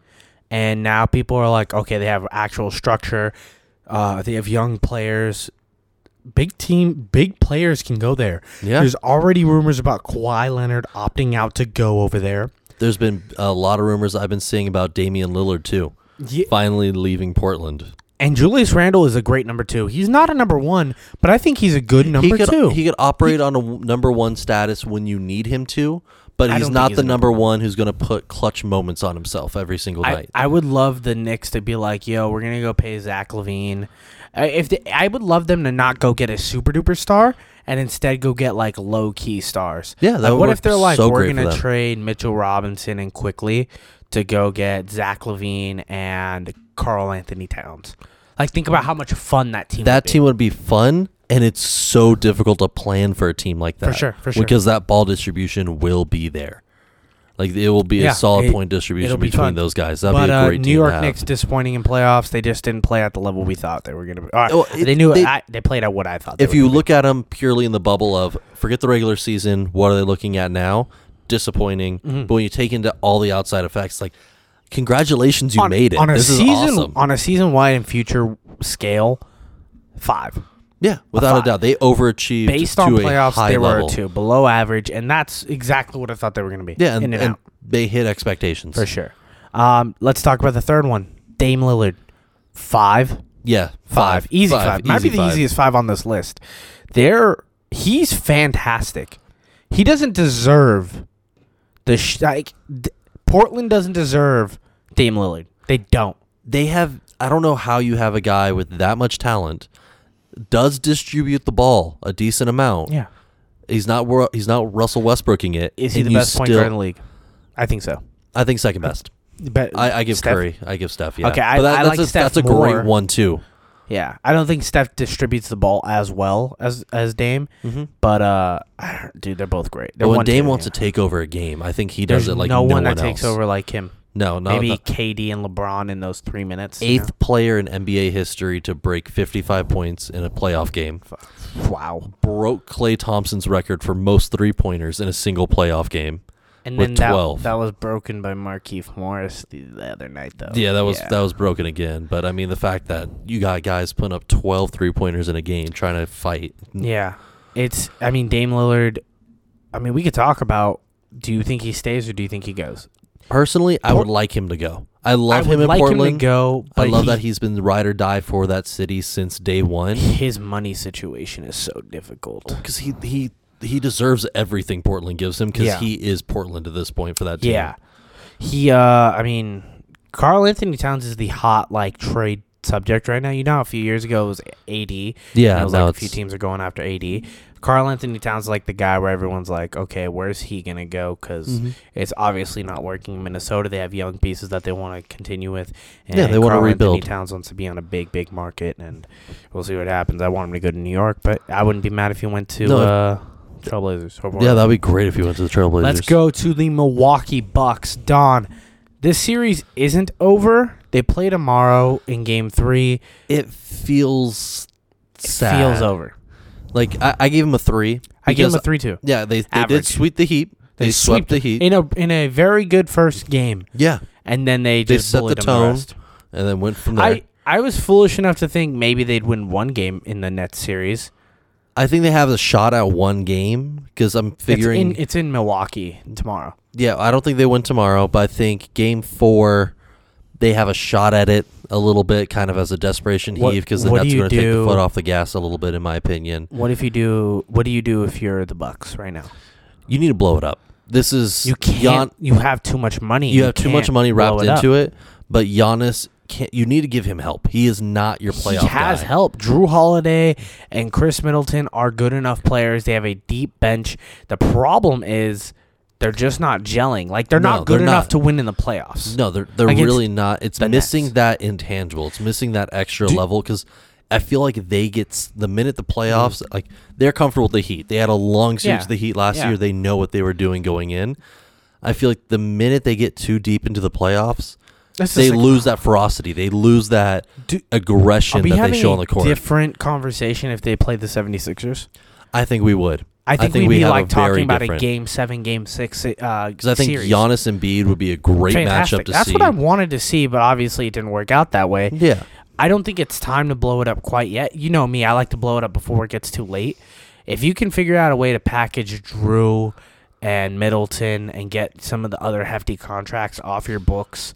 Speaker 1: and now people are like, okay, they have actual structure. Uh, they have young players. Big team, big players can go there.
Speaker 2: Yeah.
Speaker 1: There's already rumors about Kawhi Leonard opting out to go over there.
Speaker 2: There's been a lot of rumors I've been seeing about Damian Lillard too,
Speaker 1: Yeah,
Speaker 2: finally leaving Portland.
Speaker 1: And Julius Randle is a great number two. He's not a number one, but I think he's a good number
Speaker 2: he could,
Speaker 1: two.
Speaker 2: He could operate on a w- number one status when you need him to, but
Speaker 1: I
Speaker 2: he's
Speaker 1: don't
Speaker 2: not
Speaker 1: think he's
Speaker 2: the
Speaker 1: a
Speaker 2: number one who's going to put clutch moments on himself every single
Speaker 1: I,
Speaker 2: night.
Speaker 1: I would love the Knicks to be like, yo, we're gonna go pay Zach Levine. I- If they, I would love them to not go get a super duper star and instead go get like low key stars.
Speaker 2: Yeah, that
Speaker 1: like,
Speaker 2: would
Speaker 1: what
Speaker 2: work
Speaker 1: if they're like,
Speaker 2: so
Speaker 1: we're
Speaker 2: great for
Speaker 1: gonna
Speaker 2: them."
Speaker 1: trade Mitchell Robinson and quickly to go get Zach Levine and Carl Anthony Towns? Like, think about how much fun that team.
Speaker 2: that
Speaker 1: would be.
Speaker 2: team would be fun, and it's so difficult to plan for a team like that.
Speaker 1: sure, for sure.
Speaker 2: Because that ball distribution will be there. Like it will be
Speaker 1: Yeah,
Speaker 2: a solid
Speaker 1: it-
Speaker 2: point
Speaker 1: it'll
Speaker 2: distribution
Speaker 1: be
Speaker 2: between
Speaker 1: fun.
Speaker 2: those guys. That'd
Speaker 1: but
Speaker 2: be a great
Speaker 1: uh,
Speaker 2: team.
Speaker 1: New York
Speaker 2: to have.
Speaker 1: Knicks disappointing in playoffs. They just didn't play at the level we thought they were going to. Be. Or,
Speaker 2: Oh, it-
Speaker 1: they knew
Speaker 2: they-
Speaker 1: it. I, they played at what I thought. they
Speaker 2: If
Speaker 1: were
Speaker 2: you
Speaker 1: gonna
Speaker 2: look at them purely in the bubble of forget the regular season, what are they looking at now? Disappointing. But when you take into all the outside effects, like congratulations,
Speaker 1: be.
Speaker 2: you made it.
Speaker 1: on a
Speaker 2: this
Speaker 1: season
Speaker 2: is awesome.
Speaker 1: on a season wide and future scale. Five
Speaker 2: Yeah, without a,
Speaker 1: five.
Speaker 2: doubt, they overachieved
Speaker 1: based
Speaker 2: to
Speaker 1: on
Speaker 2: a
Speaker 1: playoffs,
Speaker 2: high
Speaker 1: they were
Speaker 2: level.
Speaker 1: a two below average, and that's exactly what I thought they were going to be.
Speaker 2: Yeah, and,
Speaker 1: in and,
Speaker 2: and
Speaker 1: out
Speaker 2: they hit expectations
Speaker 1: for sure. Um, let's talk about the third one, Dame Lillard, five.
Speaker 2: Yeah,
Speaker 1: five.
Speaker 2: five,
Speaker 1: Easy five. Might be the easiest five on this list. There, he's fantastic. He doesn't deserve the sh- like. D- Portland doesn't deserve Dame Lillard. They don't.
Speaker 2: They have. I don't know how you have a guy with that much talent does distribute the ball a decent amount.
Speaker 1: Yeah.
Speaker 2: He's not. wor- He's not Russell Westbrooking it.
Speaker 1: Is he
Speaker 2: and
Speaker 1: the
Speaker 2: you
Speaker 1: best point
Speaker 2: still-
Speaker 1: guard in the league? I think so.
Speaker 2: I think second best.
Speaker 1: But
Speaker 2: I, I give
Speaker 1: Uh, Steph-
Speaker 2: Curry. I give Steph. Yeah.
Speaker 1: Okay, I-
Speaker 2: But
Speaker 1: I
Speaker 2: that's
Speaker 1: like
Speaker 2: a,
Speaker 1: Steph
Speaker 2: That's a
Speaker 1: more.
Speaker 2: great one too.
Speaker 1: Yeah, I don't think Steph distributes the ball as well as as Dame. But uh, dude, they're both great. They're
Speaker 2: But when
Speaker 1: one,
Speaker 2: Dame
Speaker 1: two,
Speaker 2: wants
Speaker 1: yeah.
Speaker 2: to take over a game, I think he
Speaker 1: There's
Speaker 2: does it like
Speaker 1: no, one that
Speaker 2: else.
Speaker 1: takes over like him.
Speaker 2: No, not
Speaker 1: Maybe
Speaker 2: not-
Speaker 1: KD and LeBron in those three minutes. you
Speaker 2: eighth player in NBA history to break 55 points in a playoff game.
Speaker 1: know? Wow.
Speaker 2: Broke Clay Thompson's record for most three pointers in a single playoff game.
Speaker 1: And
Speaker 2: with
Speaker 1: then that,
Speaker 2: 12.
Speaker 1: that was broken by Markeith Morris the, the other night, though.
Speaker 2: Yeah, that was that was broken again. But I mean, the fact that you got guys putting up 12 three pointers in a game trying to fight.
Speaker 1: yeah. It's. I mean, Dame Lillard. I mean, we could talk about. Do you think he stays or do you think he goes?
Speaker 2: Personally, I would like him to go. I love
Speaker 1: I would
Speaker 2: him in
Speaker 1: like
Speaker 2: Portland.
Speaker 1: him to go,
Speaker 2: I
Speaker 1: but
Speaker 2: love
Speaker 1: he-
Speaker 2: that he's been ride or die for that city since day one
Speaker 1: his money situation is so difficult.
Speaker 2: because he he he deserves everything Portland gives him because
Speaker 1: Yeah.
Speaker 2: he is Portland at this point for that team.
Speaker 1: Yeah. He uh I mean Carl Anthony Towns is the hot like trade subject right now. You know how a few years ago it was AD.
Speaker 2: Yeah,
Speaker 1: and It was
Speaker 2: now
Speaker 1: like a few
Speaker 2: it's-
Speaker 1: teams are going after AD. Carl Anthony Towns is like the guy where everyone's like, "Okay, where's he going to go cuz
Speaker 2: Mm-hmm.
Speaker 1: it's obviously not working in Minnesota. They have young pieces that they want to continue with." And
Speaker 2: Yeah, they wanna
Speaker 1: Karl Anthony
Speaker 2: rebuild.
Speaker 1: Towns wants to be on a big big market and we'll see what happens. I want him to go to New York, but I wouldn't be mad if he went to
Speaker 2: No, if-
Speaker 1: uh Trailblazers. or
Speaker 2: Yeah, that'd be great if he went to the Trailblazers.
Speaker 1: Let's go to the Milwaukee Bucks. Don, this series isn't over. They play tomorrow in game three.
Speaker 2: It feels
Speaker 1: It
Speaker 2: sad.
Speaker 1: feels over.
Speaker 2: Like I, I gave him a three.
Speaker 1: I give
Speaker 2: because-
Speaker 1: them a 3 2.
Speaker 2: Yeah, they, they
Speaker 1: Average.
Speaker 2: did sweep the Heat. They, swept the Heat.
Speaker 1: In a, in a very good first game.
Speaker 2: yeah,
Speaker 1: And then they
Speaker 2: they
Speaker 1: just
Speaker 2: set the
Speaker 1: bullied them
Speaker 2: tone
Speaker 1: rest.
Speaker 2: and then went from there.
Speaker 1: I,
Speaker 2: I,
Speaker 1: I was foolish enough to think maybe they'd win one game in the Nets series.
Speaker 2: think they have a shot at one game because I'm figuring.
Speaker 1: it's, in, it's in Milwaukee tomorrow.
Speaker 2: yeah, I don't think they win tomorrow, but I think Game Four they have a shot at it a little bit, kind of as a desperation
Speaker 1: What-
Speaker 2: heave because the
Speaker 1: what do
Speaker 2: Nets are
Speaker 1: you
Speaker 2: going to take the
Speaker 1: do-
Speaker 2: foot off the gas a little bit, in my opinion.
Speaker 1: What if you do? What do you do if you're the Bucks right now?
Speaker 2: You need to blow it up. This is
Speaker 1: You can't.
Speaker 2: Gian-
Speaker 1: you have too much money.
Speaker 2: you have too much
Speaker 1: can't
Speaker 2: money
Speaker 1: blow
Speaker 2: wrapped
Speaker 1: up.
Speaker 2: into it, but Giannis can't. You need to give him help. He is not your playoff
Speaker 1: he has
Speaker 2: guy.
Speaker 1: help. Drew Holiday and Chris Middleton are good enough players. They have a deep bench. The problem is they're just not gelling. Like they're
Speaker 2: No,
Speaker 1: not good
Speaker 2: they're
Speaker 1: enough
Speaker 2: not.
Speaker 1: to win in the playoffs.
Speaker 2: No, they're they're
Speaker 1: Against
Speaker 2: really not. It's
Speaker 1: the
Speaker 2: missing
Speaker 1: Nets.
Speaker 2: that intangible. It's missing that extra level because I feel like they get s- the minute the playoffs, like they're comfortable with the Heat. They had a long
Speaker 1: Mm-hmm.
Speaker 2: series
Speaker 1: Yeah.
Speaker 2: of the Heat last
Speaker 1: Yeah.
Speaker 2: year. They know what they were doing going in. I feel like the minute they get too deep into the playoffs,
Speaker 1: That's
Speaker 2: they
Speaker 1: just like-
Speaker 2: lose that ferocity. They lose that
Speaker 1: Do- I'll
Speaker 2: aggression
Speaker 1: be
Speaker 2: that
Speaker 1: having
Speaker 2: they show
Speaker 1: a
Speaker 2: on the court.
Speaker 1: different conversation if they play the 76ers.
Speaker 2: I think we would.
Speaker 1: I think, we'd be
Speaker 2: have a
Speaker 1: like
Speaker 2: very
Speaker 1: talking about
Speaker 2: different-
Speaker 1: a game seven, game six uh, series.
Speaker 2: Because I think Giannis and Bede would be a great
Speaker 1: Fantastic.
Speaker 2: matchup to
Speaker 1: That's
Speaker 2: see.
Speaker 1: what I wanted to see, but obviously it didn't work out that way.
Speaker 2: yeah.
Speaker 1: I don't think it's time to blow it up quite yet. You know me, I like to blow it up before it gets too late. If you can figure out a way to package Drew and Middleton and get some of the other hefty contracts off your books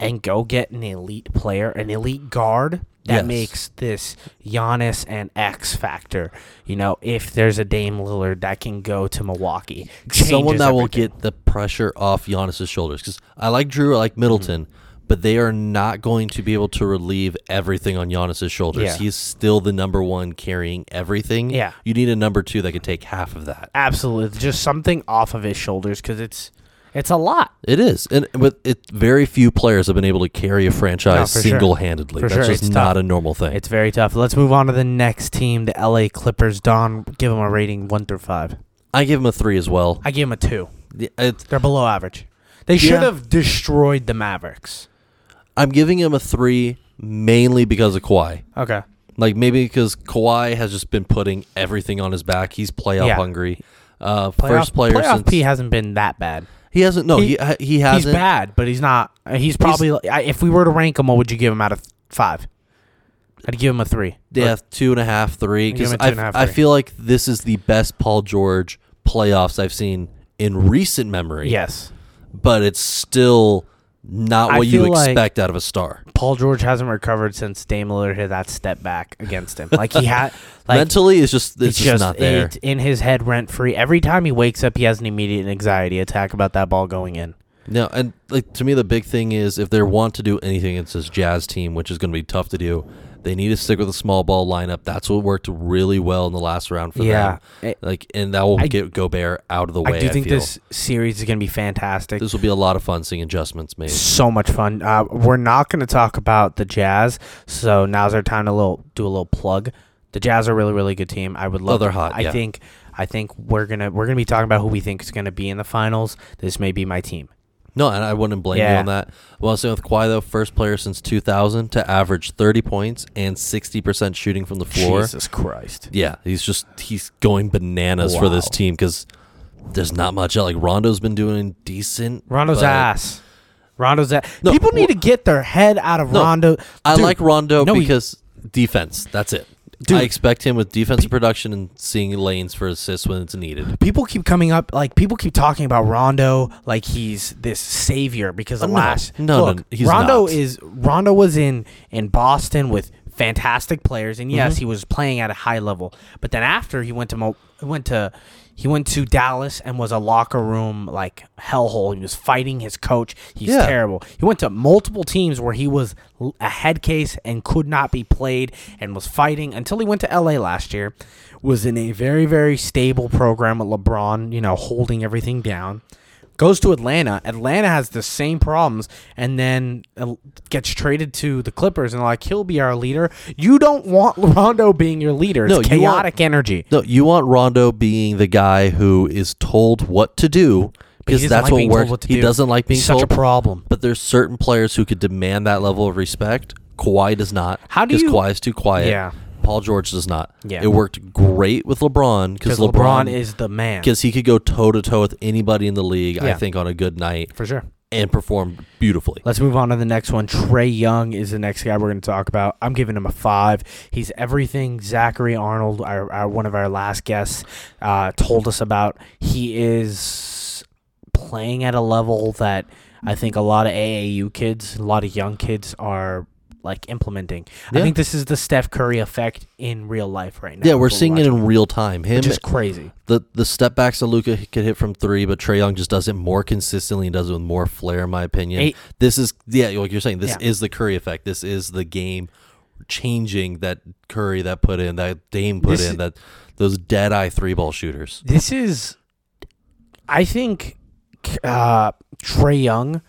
Speaker 1: and go get an elite player, an elite guard that
Speaker 2: Yes.
Speaker 1: makes this Giannis and X factor. You know, if there's a Dame Lillard that can go to Milwaukee,
Speaker 2: someone
Speaker 1: changes
Speaker 2: that will
Speaker 1: everything.
Speaker 2: get the pressure off Giannis's shoulders. Because I like Drew, I like Middleton, but they are not going to be able to relieve everything on Giannis's shoulders.
Speaker 1: Yeah.
Speaker 2: He's still the number one carrying everything.
Speaker 1: Yeah.
Speaker 2: you need a number two that could take half of that.
Speaker 1: absolutely just something off of his shoulders because it's it's a lot.
Speaker 2: It is, and with it, very few players have been able to carry a franchise
Speaker 1: No, for sure.
Speaker 2: single handedly.
Speaker 1: For
Speaker 2: That's
Speaker 1: sure,
Speaker 2: just
Speaker 1: it's
Speaker 2: not
Speaker 1: tough.
Speaker 2: a normal thing.
Speaker 1: It's very tough. Let's move on to the next team, the LA Clippers. Don, give them a rating one through five.
Speaker 2: I give him a three as well.
Speaker 1: I give them a two.
Speaker 2: It's-
Speaker 1: They're below average. They should
Speaker 2: Yeah.
Speaker 1: have destroyed the Mavericks.
Speaker 2: I'm giving him a three mainly because of Kawhi.
Speaker 1: Okay.
Speaker 2: Like maybe because Kawhi has just been putting everything on his back. He's playoff
Speaker 1: Yeah.
Speaker 2: hungry. Uh,
Speaker 1: Playoff,
Speaker 2: first player
Speaker 1: playoff
Speaker 2: since
Speaker 1: P hasn't been that bad.
Speaker 2: he hasn't. No,
Speaker 1: he-
Speaker 2: he he, hasn't.
Speaker 1: He's bad, but he's not. uh, He's probably. I, if we were to rank him, what would you give him out of five? I'd give him a three.
Speaker 2: Yeah, two and a half, three.
Speaker 1: give
Speaker 2: Because
Speaker 1: him a two
Speaker 2: I,
Speaker 1: and a half,
Speaker 2: I
Speaker 1: three.
Speaker 2: feel like this is the best Paul George playoffs I've seen in recent memory.
Speaker 1: Yes.
Speaker 2: but it's still not
Speaker 1: I
Speaker 2: what you
Speaker 1: feel like-
Speaker 2: expect out of a star.
Speaker 1: Paul George hasn't recovered since Dame Lillard hit that step back against him. Like he had. Like
Speaker 2: Mentally, it's just
Speaker 1: it's
Speaker 2: it's, just, not there.
Speaker 1: It's in his head rent free. Every time he wakes up, he has an immediate anxiety attack about that ball going in.
Speaker 2: No, and like to me, the big thing is if they want to do anything against this Jazz team, which is going to be tough to do, they need to stick with a small ball lineup. That's what worked really well in the last round for
Speaker 1: Yeah.
Speaker 2: them.
Speaker 1: I-
Speaker 2: like, and that will
Speaker 1: I-
Speaker 2: get Gobert out of the way.
Speaker 1: I do think
Speaker 2: feel.
Speaker 1: this series is going to be fantastic.
Speaker 2: this will be a lot of fun seeing adjustments made.
Speaker 1: so much fun. Uh, we're not going to talk about the Jazz, so now's our time to little, do a little plug. The Jazz are a really, really good team. I would love.
Speaker 2: Oh, they're hot,
Speaker 1: I
Speaker 2: yeah.
Speaker 1: think, I think we're gonna we're gonna be talking about who we think is going to be in the finals. This may be my team.
Speaker 2: No, and I wouldn't blame you
Speaker 1: Yeah.
Speaker 2: on that. Well, same with Kawhi though, first player since 2000 to average 30 points and 60 percent shooting from the floor.
Speaker 1: Jesus Christ.
Speaker 2: Yeah, he's just he's going bananas for this
Speaker 1: Wow.
Speaker 2: team because there's not much. Like Rondo's been doing decent.
Speaker 1: Rondo's
Speaker 2: but-
Speaker 1: ass. Rondo's ass.
Speaker 2: No,
Speaker 1: People need
Speaker 2: wh-
Speaker 1: to get their head out of
Speaker 2: No,
Speaker 1: Rondo.
Speaker 2: I
Speaker 1: Dude,
Speaker 2: like Rondo
Speaker 1: no, he-
Speaker 2: because defense. That's it.
Speaker 1: Dude.
Speaker 2: I expect him with defensive production and seeing lanes for assists when it's needed.
Speaker 1: People keep coming up, like people keep talking about Rondo, like he's this savior because the
Speaker 2: Oh, no.
Speaker 1: last
Speaker 2: No, no,
Speaker 1: look,
Speaker 2: no, he's
Speaker 1: Rondo
Speaker 2: not.
Speaker 1: is Rondo was in in Boston with fantastic players, and
Speaker 2: Mm-hmm.
Speaker 1: yes, he was playing at a high level. But then after he went to Mo, he went to he went to Dallas and was a locker room like hellhole. He was fighting his coach. He's
Speaker 2: Yeah.
Speaker 1: terrible. He went to multiple teams where he was l- a head case and could not be played and was fighting until he went to LA last year. Was in a very very stable program with LeBron, you know, holding everything down. Goes to Atlanta. Atlanta has the same problems, and then uh, gets traded to the Clippers, and they're like he'll be our leader. You don't want Rondo being your leader. It's
Speaker 2: No, you want-
Speaker 1: chaotic energy.
Speaker 2: No, you want Rondo being the guy who is told what to do
Speaker 1: But he
Speaker 2: because
Speaker 1: doesn't
Speaker 2: that's
Speaker 1: like
Speaker 2: what
Speaker 1: being told
Speaker 2: works.
Speaker 1: what to
Speaker 2: he
Speaker 1: do.
Speaker 2: doesn't like being
Speaker 1: He's such a
Speaker 2: told.
Speaker 1: problem.
Speaker 2: but there's certain players who could demand that level of respect. Kawhi does not.
Speaker 1: How do
Speaker 2: 'cause
Speaker 1: you-
Speaker 2: Kawhi is too quiet.
Speaker 1: Yeah.
Speaker 2: Paul George does not.
Speaker 1: Yeah.
Speaker 2: It worked great with LeBron
Speaker 1: Because
Speaker 2: because
Speaker 1: LeBron,
Speaker 2: LeBron
Speaker 1: is the man.
Speaker 2: because he could go toe to toe with anybody in the league. I
Speaker 1: Yeah.
Speaker 2: think on a good night
Speaker 1: For sure.
Speaker 2: and perform beautifully.
Speaker 1: Let's move on to the next one. Trey Young is the next guy we're going to talk about. I'm giving him a five. He's everything Zachary Arnold, our, our one of our last guests, uh, told us about. He is playing at a level that I think a lot of AAU kids, a lot of young kids are like implementing. I
Speaker 2: Yeah.
Speaker 1: think this is the Steph Curry effect in real life right now.
Speaker 2: yeah, we're
Speaker 1: That's what
Speaker 2: seeing it
Speaker 1: watching,
Speaker 2: in real time. Him
Speaker 1: which is crazy.
Speaker 2: the the step backs that Luca could hit from three, but Trey Young just does it more consistently and does it with more flair, in my opinion.
Speaker 1: Eight.
Speaker 2: This is yeah, like you're saying, this
Speaker 1: Yeah.
Speaker 2: is the Curry effect. This is the game changing that Curry that put in, that Dame put
Speaker 1: This-
Speaker 2: in, that those dead eye three ball shooters.
Speaker 1: This is, I think, uh, Trey Young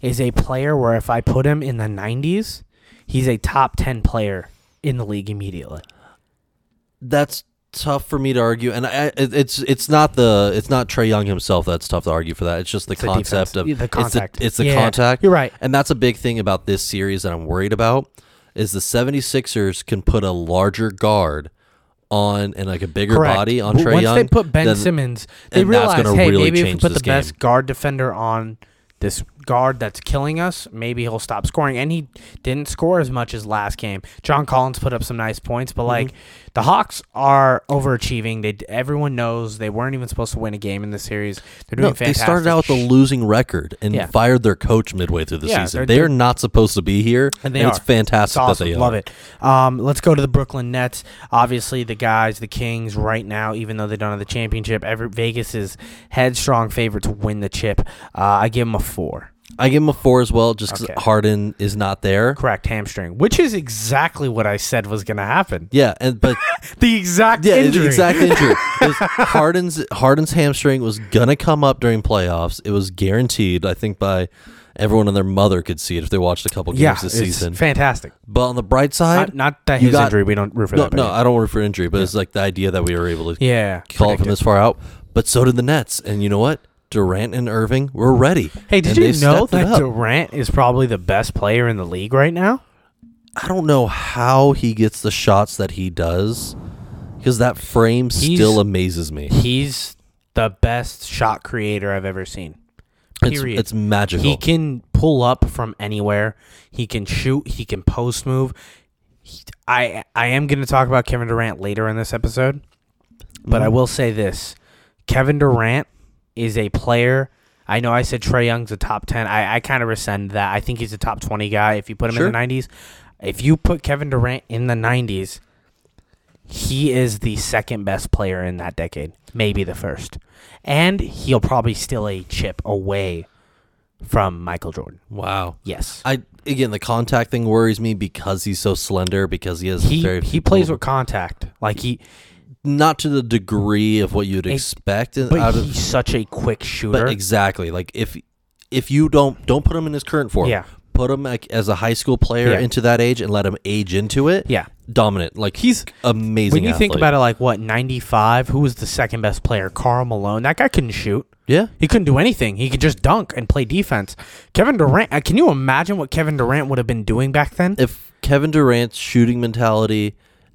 Speaker 1: is a player where if I put him in the 90s, he's a top 10 player in the league immediately.
Speaker 2: That's tough for me to argue, and I, it- it's it's not the it's not Trey Young himself that's tough to argue for that. It's just the
Speaker 1: the
Speaker 2: concept
Speaker 1: defense.
Speaker 2: of
Speaker 1: Yeah, the
Speaker 2: it's
Speaker 1: contact.
Speaker 2: It's the,
Speaker 1: Yeah,
Speaker 2: contact.
Speaker 1: you're right.
Speaker 2: and that's a big thing about this series that I'm worried about is the 76ers can put a larger guard on and like a bigger body on
Speaker 1: W-
Speaker 2: Trey
Speaker 1: Once
Speaker 2: Young.
Speaker 1: they put Ben
Speaker 2: then-
Speaker 1: Simmons, they
Speaker 2: and that's
Speaker 1: realize,
Speaker 2: gonna
Speaker 1: hey,
Speaker 2: really
Speaker 1: maybe if we
Speaker 2: change
Speaker 1: put the
Speaker 2: this game."
Speaker 1: best guard defender on this guard that's killing us, maybe he'll stop scoring. And he didn't score as much as last game. John Collins put up some nice points, but like
Speaker 2: Mm-hmm.
Speaker 1: the Hawks are overachieving. They everyone knows they weren't even supposed to win a game in this series. They're doing
Speaker 2: No, they
Speaker 1: fantastic.
Speaker 2: started out with a losing record and
Speaker 1: Yeah.
Speaker 2: fired their coach midway through the
Speaker 1: Yeah,
Speaker 2: season.
Speaker 1: they're-
Speaker 2: They're not supposed to be here,
Speaker 1: And they
Speaker 2: it's uh,
Speaker 1: are.
Speaker 2: fantastic
Speaker 1: It's awesome.
Speaker 2: that they
Speaker 1: Love
Speaker 2: are.
Speaker 1: it. Um, let's go to the Brooklyn Nets. Obviously, the guys, the Kings, right now, even though they don't have the championship, every, Vegas is headstrong favorite to win the chip. Uh, I give them a four.
Speaker 2: I give him a four as well, just 'cause
Speaker 1: Okay.
Speaker 2: Harden is not there.
Speaker 1: Correct hamstring, which is exactly what I said was going to happen.
Speaker 2: Yeah, and but
Speaker 1: The exact
Speaker 2: yeah,
Speaker 1: injury.
Speaker 2: exact injury. It was Harden's Harden's hamstring was gonna come up during playoffs. It was guaranteed. I think by everyone and their mother could see it if they watched a couple games
Speaker 1: Yeah,
Speaker 2: this
Speaker 1: it's
Speaker 2: season.
Speaker 1: fantastic.
Speaker 2: But on the bright
Speaker 1: Not,
Speaker 2: side,
Speaker 1: not that
Speaker 2: You
Speaker 1: his
Speaker 2: got-
Speaker 1: injury. We don't root for
Speaker 2: no,
Speaker 1: that. but
Speaker 2: no, I don't worry for injury, but it's like the idea that we were able to
Speaker 1: yeah.
Speaker 2: call it
Speaker 1: predict
Speaker 2: from
Speaker 1: it.
Speaker 2: this far out. But so did the Nets, and you know what? Durant and Irving were ready.
Speaker 1: Hey, did
Speaker 2: and
Speaker 1: you
Speaker 2: they've
Speaker 1: know
Speaker 2: stepped it
Speaker 1: that
Speaker 2: up.
Speaker 1: Durant is probably the best player in the league right now?
Speaker 2: I don't know how he gets the shots that he does, because that frame
Speaker 1: He's-
Speaker 2: still amazes me.
Speaker 1: He's the best shot creator I've ever seen.
Speaker 2: It's,
Speaker 1: period.
Speaker 2: it's magical.
Speaker 1: He can pull up from anywhere. He can shoot. He can post move. He- I I am going to talk about Kevin Durant later in this episode, but I will say this: Kevin Durant is a player. I know I said Trey Young's a top ten. I, I kind of rescind that. I think he's a top twenty guy. If you put him
Speaker 2: Sure.
Speaker 1: in the nineties, if you put Kevin Durant in the nineties, he is the second best player in that decade, maybe the first, and he'll probably still a chip away from Michael Jordan.
Speaker 2: wow.
Speaker 1: Yes,
Speaker 2: I again the contact thing worries me because he's so slender because he has
Speaker 1: he
Speaker 2: very
Speaker 1: he plays with contact, like he,
Speaker 2: not to the degree of what you'd expect in-
Speaker 1: but
Speaker 2: out
Speaker 1: he's
Speaker 2: of
Speaker 1: such a quick shooter.
Speaker 2: but exactly like if if you don't don't put him in his current form
Speaker 1: Yeah.
Speaker 2: put him like, as a high school player
Speaker 1: Yeah.
Speaker 2: into that age and let him age into it
Speaker 1: Yeah.
Speaker 2: dominant like he's amazing
Speaker 1: when you think about it, like what ninety five? Who was the second best player? Carl Malone. That guy couldn't shoot.
Speaker 2: yeah
Speaker 1: He couldn't do anything. He could just dunk and play defense. Kevin Durant. uh, Can you imagine what Kevin Durant would have been doing back then?
Speaker 2: if Kevin Durant's shooting mentality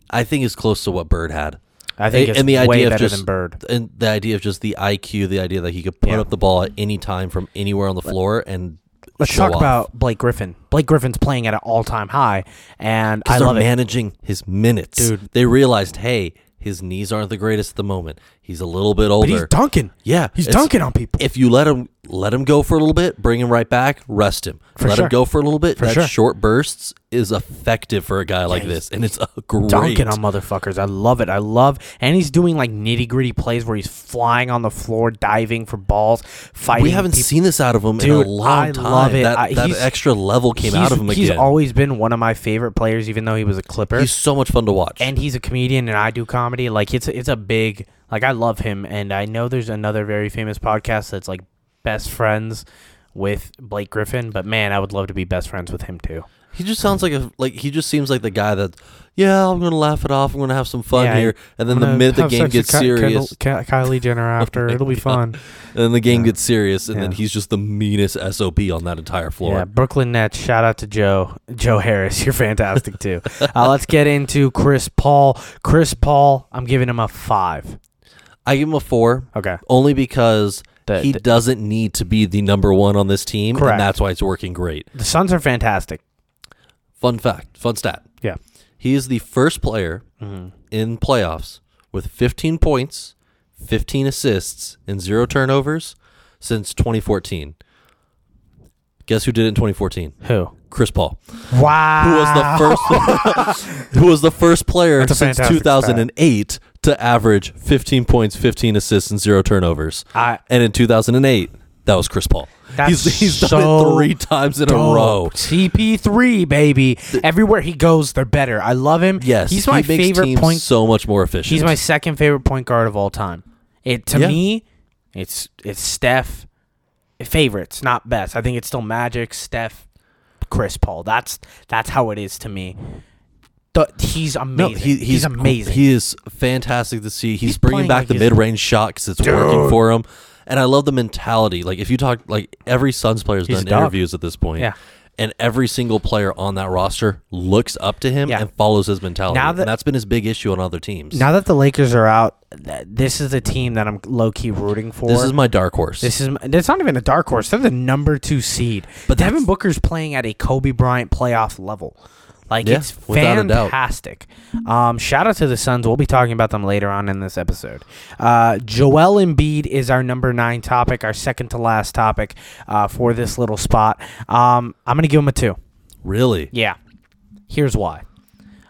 Speaker 2: I think is close to what Bird had
Speaker 1: I think
Speaker 2: A-
Speaker 1: it's way better than Bird.
Speaker 2: and the idea of just the IQ, the idea that he could put
Speaker 1: Yeah.
Speaker 2: up the ball at any time from anywhere on the floor and
Speaker 1: Let's
Speaker 2: show
Speaker 1: talk
Speaker 2: off.
Speaker 1: about Blake Griffin. Blake Griffin's playing at an all-time high, and I
Speaker 2: Because they're
Speaker 1: love it.
Speaker 2: managing his minutes.
Speaker 1: Dude.
Speaker 2: They realized, hey, his knees aren't the greatest at the moment. He's a little bit older.
Speaker 1: But he's dunking.
Speaker 2: Yeah,
Speaker 1: he's
Speaker 2: it's-
Speaker 1: dunking on people.
Speaker 2: If you let him let him go for a little bit, bring him right back, rest him.
Speaker 1: For
Speaker 2: let
Speaker 1: sure.
Speaker 2: him go for a little bit. that
Speaker 1: sure.
Speaker 2: short bursts is effective for a guy like this, and it's a great.
Speaker 1: dunking on motherfuckers. I love it. I love, and he's doing like nitty gritty plays where he's flying on the floor, diving for balls, fighting.
Speaker 2: we haven't
Speaker 1: people.
Speaker 2: seen this out of him in
Speaker 1: Dude,
Speaker 2: a long
Speaker 1: I
Speaker 2: time.
Speaker 1: love it.
Speaker 2: That,
Speaker 1: I-
Speaker 2: that
Speaker 1: he's-
Speaker 2: extra level came out
Speaker 1: He's-
Speaker 2: of him
Speaker 1: He's
Speaker 2: again.
Speaker 1: always been one of my favorite players, even though he was a Clipper.
Speaker 2: he's so much fun to watch.
Speaker 1: and he's a comedian, and I do comedy. Like it's a, it's a big like I love him, and I know there's another very famous podcast that's like best friends with Blake Griffin. But man, I would love to be best friends with him too.
Speaker 2: He just sounds like a like he just seems like the guy that yeah I'm gonna laugh it off I'm gonna have some fun
Speaker 1: Yeah,
Speaker 2: here and then the
Speaker 1: I'm gonna
Speaker 2: minute the
Speaker 1: have
Speaker 2: game
Speaker 1: sex with
Speaker 2: gets
Speaker 1: Ki-
Speaker 2: serious Oh
Speaker 1: Kendall- Ki- Kylie Jenner after
Speaker 2: my
Speaker 1: it'll be
Speaker 2: God.
Speaker 1: fun.
Speaker 2: and then the game
Speaker 1: Yeah.
Speaker 2: gets serious and then
Speaker 1: Yeah.
Speaker 2: he's just the meanest sob on that entire floor.
Speaker 1: Yeah, Brooklyn Nets. Shout out to Joe Joe Harris. You're fantastic too. uh, let's get into Chris Paul. Chris Paul. I'm giving him a five.
Speaker 2: I give him a four
Speaker 1: Okay.
Speaker 2: only because
Speaker 1: The-
Speaker 2: he
Speaker 1: the-
Speaker 2: doesn't need to be the number one on this team
Speaker 1: Uh, Correct.
Speaker 2: and that's why it's working great.
Speaker 1: The Suns are fantastic.
Speaker 2: Fun fact, fun stat.
Speaker 1: Yeah.
Speaker 2: He is the first player
Speaker 1: Mm-hmm.
Speaker 2: in playoffs with 15 points, 15 assists, and zero turnovers since 2014. Guess who did it in 2014?
Speaker 1: Who?
Speaker 2: Chris Paul,
Speaker 1: Wow.
Speaker 2: who was the first, who was the first player
Speaker 1: That's a
Speaker 2: since
Speaker 1: fantastic
Speaker 2: 2008 to average 15 points, 15 assists, and zero turnovers.
Speaker 1: I-
Speaker 2: and in 2008, that was Chris Paul.
Speaker 1: That's
Speaker 2: he's he's done
Speaker 1: so
Speaker 2: it three times in a
Speaker 1: Dope.
Speaker 2: row.
Speaker 1: CP3 baby. Everywhere he goes, they're better. I love him.
Speaker 2: Yes,
Speaker 1: he's my
Speaker 2: he makes
Speaker 1: favorite
Speaker 2: teams
Speaker 1: point.
Speaker 2: So much more efficient.
Speaker 1: He's my second favorite point guard of all time. It to
Speaker 2: Yeah.
Speaker 1: me, it's it's Steph. eh, Favorites, not best. I think it's still Magic, Steph, Chris Paul. That's that's how it is to me. The, he's amazing.
Speaker 2: No, he, he's,
Speaker 1: he's, amazing.
Speaker 2: He is fantastic to see. He's,
Speaker 1: He's playing
Speaker 2: bringing back
Speaker 1: like
Speaker 2: the
Speaker 1: he's-
Speaker 2: mid-range shot because it's working for him. And I love the mentality. Like if you talk, like every Suns player has
Speaker 1: He's a
Speaker 2: done
Speaker 1: dog.
Speaker 2: interviews at this point.
Speaker 1: Yeah.
Speaker 2: And every single player on that roster looks up to him
Speaker 1: Yeah.
Speaker 2: and follows his mentality.
Speaker 1: Now that-
Speaker 2: and that's been his big issue on other teams.
Speaker 1: now that the Lakers are out, th- this is a team that I'm low key rooting for.
Speaker 2: this is my dark horse.
Speaker 1: This is it's not even a dark horse. They're the number two seed. But
Speaker 2: But
Speaker 1: Devin
Speaker 2: that's-
Speaker 1: Booker's playing at a Kobe Bryant playoff level. Like
Speaker 2: Yeah,
Speaker 1: it's
Speaker 2: without a doubt.
Speaker 1: fantastic. Um, shout out to the Suns. We'll be talking about them later on in this episode. Uh, Joel Embiid is our number nine topic, our second to last topic uh, for this little spot. Um, I'm gonna give him a two.
Speaker 2: really?
Speaker 1: Yeah. Here's why.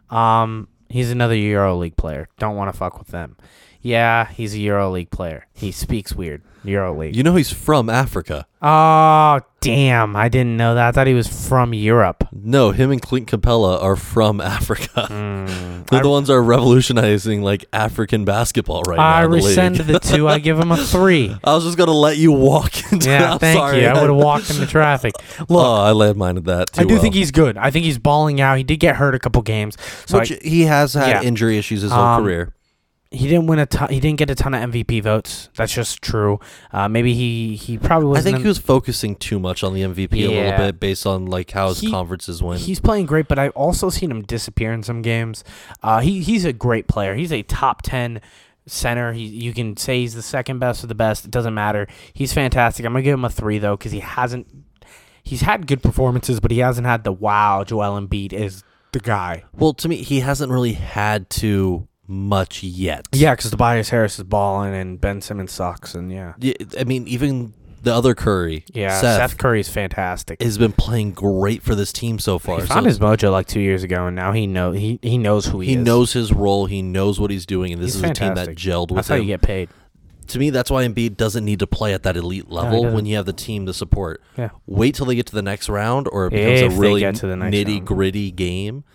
Speaker 1: Um, he's another EuroLeague player. Don't want to fuck with them. Yeah, he's a EuroLeague player. He speaks weird. EuroLeague.
Speaker 2: You know he's from Africa.
Speaker 1: Oh, damn. I didn't know that. I thought he was from Europe.
Speaker 2: No, him and Clint Capella are from Africa. They're
Speaker 1: Hmm. I-
Speaker 2: the ones that are revolutionizing like African basketball right now.
Speaker 1: I
Speaker 2: in the league.
Speaker 1: rescind the two. I give him a three.
Speaker 2: I was just gonna let you walk into.
Speaker 1: Yeah,
Speaker 2: I'm
Speaker 1: thank
Speaker 2: sorry.
Speaker 1: you. I would have walked into traffic. Look,
Speaker 2: oh, I landed mine at that. Too
Speaker 1: I do
Speaker 2: well.
Speaker 1: think he's good. I think he's balling out. He did get hurt a couple games. So
Speaker 2: Which
Speaker 1: I-
Speaker 2: he has had
Speaker 1: Yeah.
Speaker 2: injury issues his whole
Speaker 1: Um,
Speaker 2: career.
Speaker 1: he didn't win a ton, he didn't get a ton of MVP votes. That's just true. Uh, maybe he he probably
Speaker 2: I
Speaker 1: wasn't
Speaker 2: think
Speaker 1: in-
Speaker 2: he was focusing too much on the MVP a
Speaker 1: Yeah.
Speaker 2: little bit based on like how his
Speaker 1: He-
Speaker 2: conferences went.
Speaker 1: He's playing great, but I've also seen him disappear in some games. Uh, he he's a great player. He's a top ten center. He you can say he's the second best or the best. It doesn't matter. He's fantastic. I'm gonna give him a three though because he hasn't. He's had good performances, but he hasn't had the wow. Joel Embiid is the guy.
Speaker 2: Well, to me, he hasn't really had to much yet.
Speaker 1: Yeah, because Tobias Harris is balling and Ben Simmons sucks, and yeah,
Speaker 2: Yeah, I mean, even the other Curry,
Speaker 1: yeah. Seth,
Speaker 2: Seth,
Speaker 1: Curry is fantastic.
Speaker 2: has been playing great for this team so
Speaker 1: he
Speaker 2: far. So
Speaker 1: found his mojo like two years ago, and now he know he, he knows who he,
Speaker 2: he
Speaker 1: is.
Speaker 2: knows his role. He knows what he's doing, and this
Speaker 1: He's
Speaker 2: is a team
Speaker 1: fantastic.
Speaker 2: that gelled with
Speaker 1: that's how
Speaker 2: him.
Speaker 1: you get paid.
Speaker 2: to me, that's why Embiid doesn't need to play at that elite level
Speaker 1: doesn't.
Speaker 2: when you have the team to support.
Speaker 1: Yeah.
Speaker 2: Wait till they get to the next round, or it becomes
Speaker 1: If
Speaker 2: a
Speaker 1: they
Speaker 2: really
Speaker 1: get to the next
Speaker 2: nitty
Speaker 1: round.
Speaker 2: gritty game.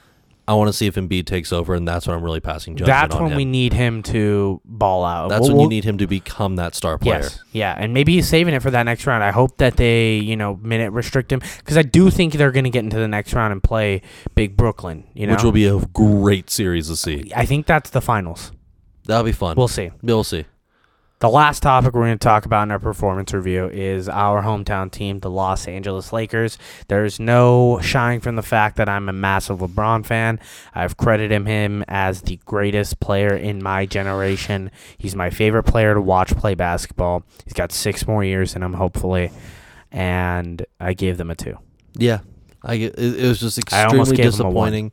Speaker 2: I want to see if Embiid takes over, and that's when I'm really passing judgment
Speaker 1: That's
Speaker 2: on
Speaker 1: when
Speaker 2: him.
Speaker 1: we need him to ball out.
Speaker 2: that's
Speaker 1: We'll-
Speaker 2: when
Speaker 1: we'll-
Speaker 2: you need him to become that star player.
Speaker 1: Yes, yeah, and maybe he's saving it for that next round. I hope that they, you know, minute restrict him because I do think they're going to get into the next round and play Big Brooklyn. You know,
Speaker 2: Which will be a great series to see.
Speaker 1: I think that's the finals.
Speaker 2: That'll be fun.
Speaker 1: We'll see.
Speaker 2: we'll see.
Speaker 1: The last topic we're going to talk about in our performance review is our hometown team, the Los Angeles Lakers. There's no shying from the fact that I'm a massive LeBron fan. I've credited him as the greatest player in my generation. He's my favorite player to watch play basketball. He's got six more years in him, hopefully. and I gave them a two.
Speaker 2: Yeah, I get- it, it was just
Speaker 1: I almost
Speaker 2: extremely
Speaker 1: gave him a one.
Speaker 2: disappointing.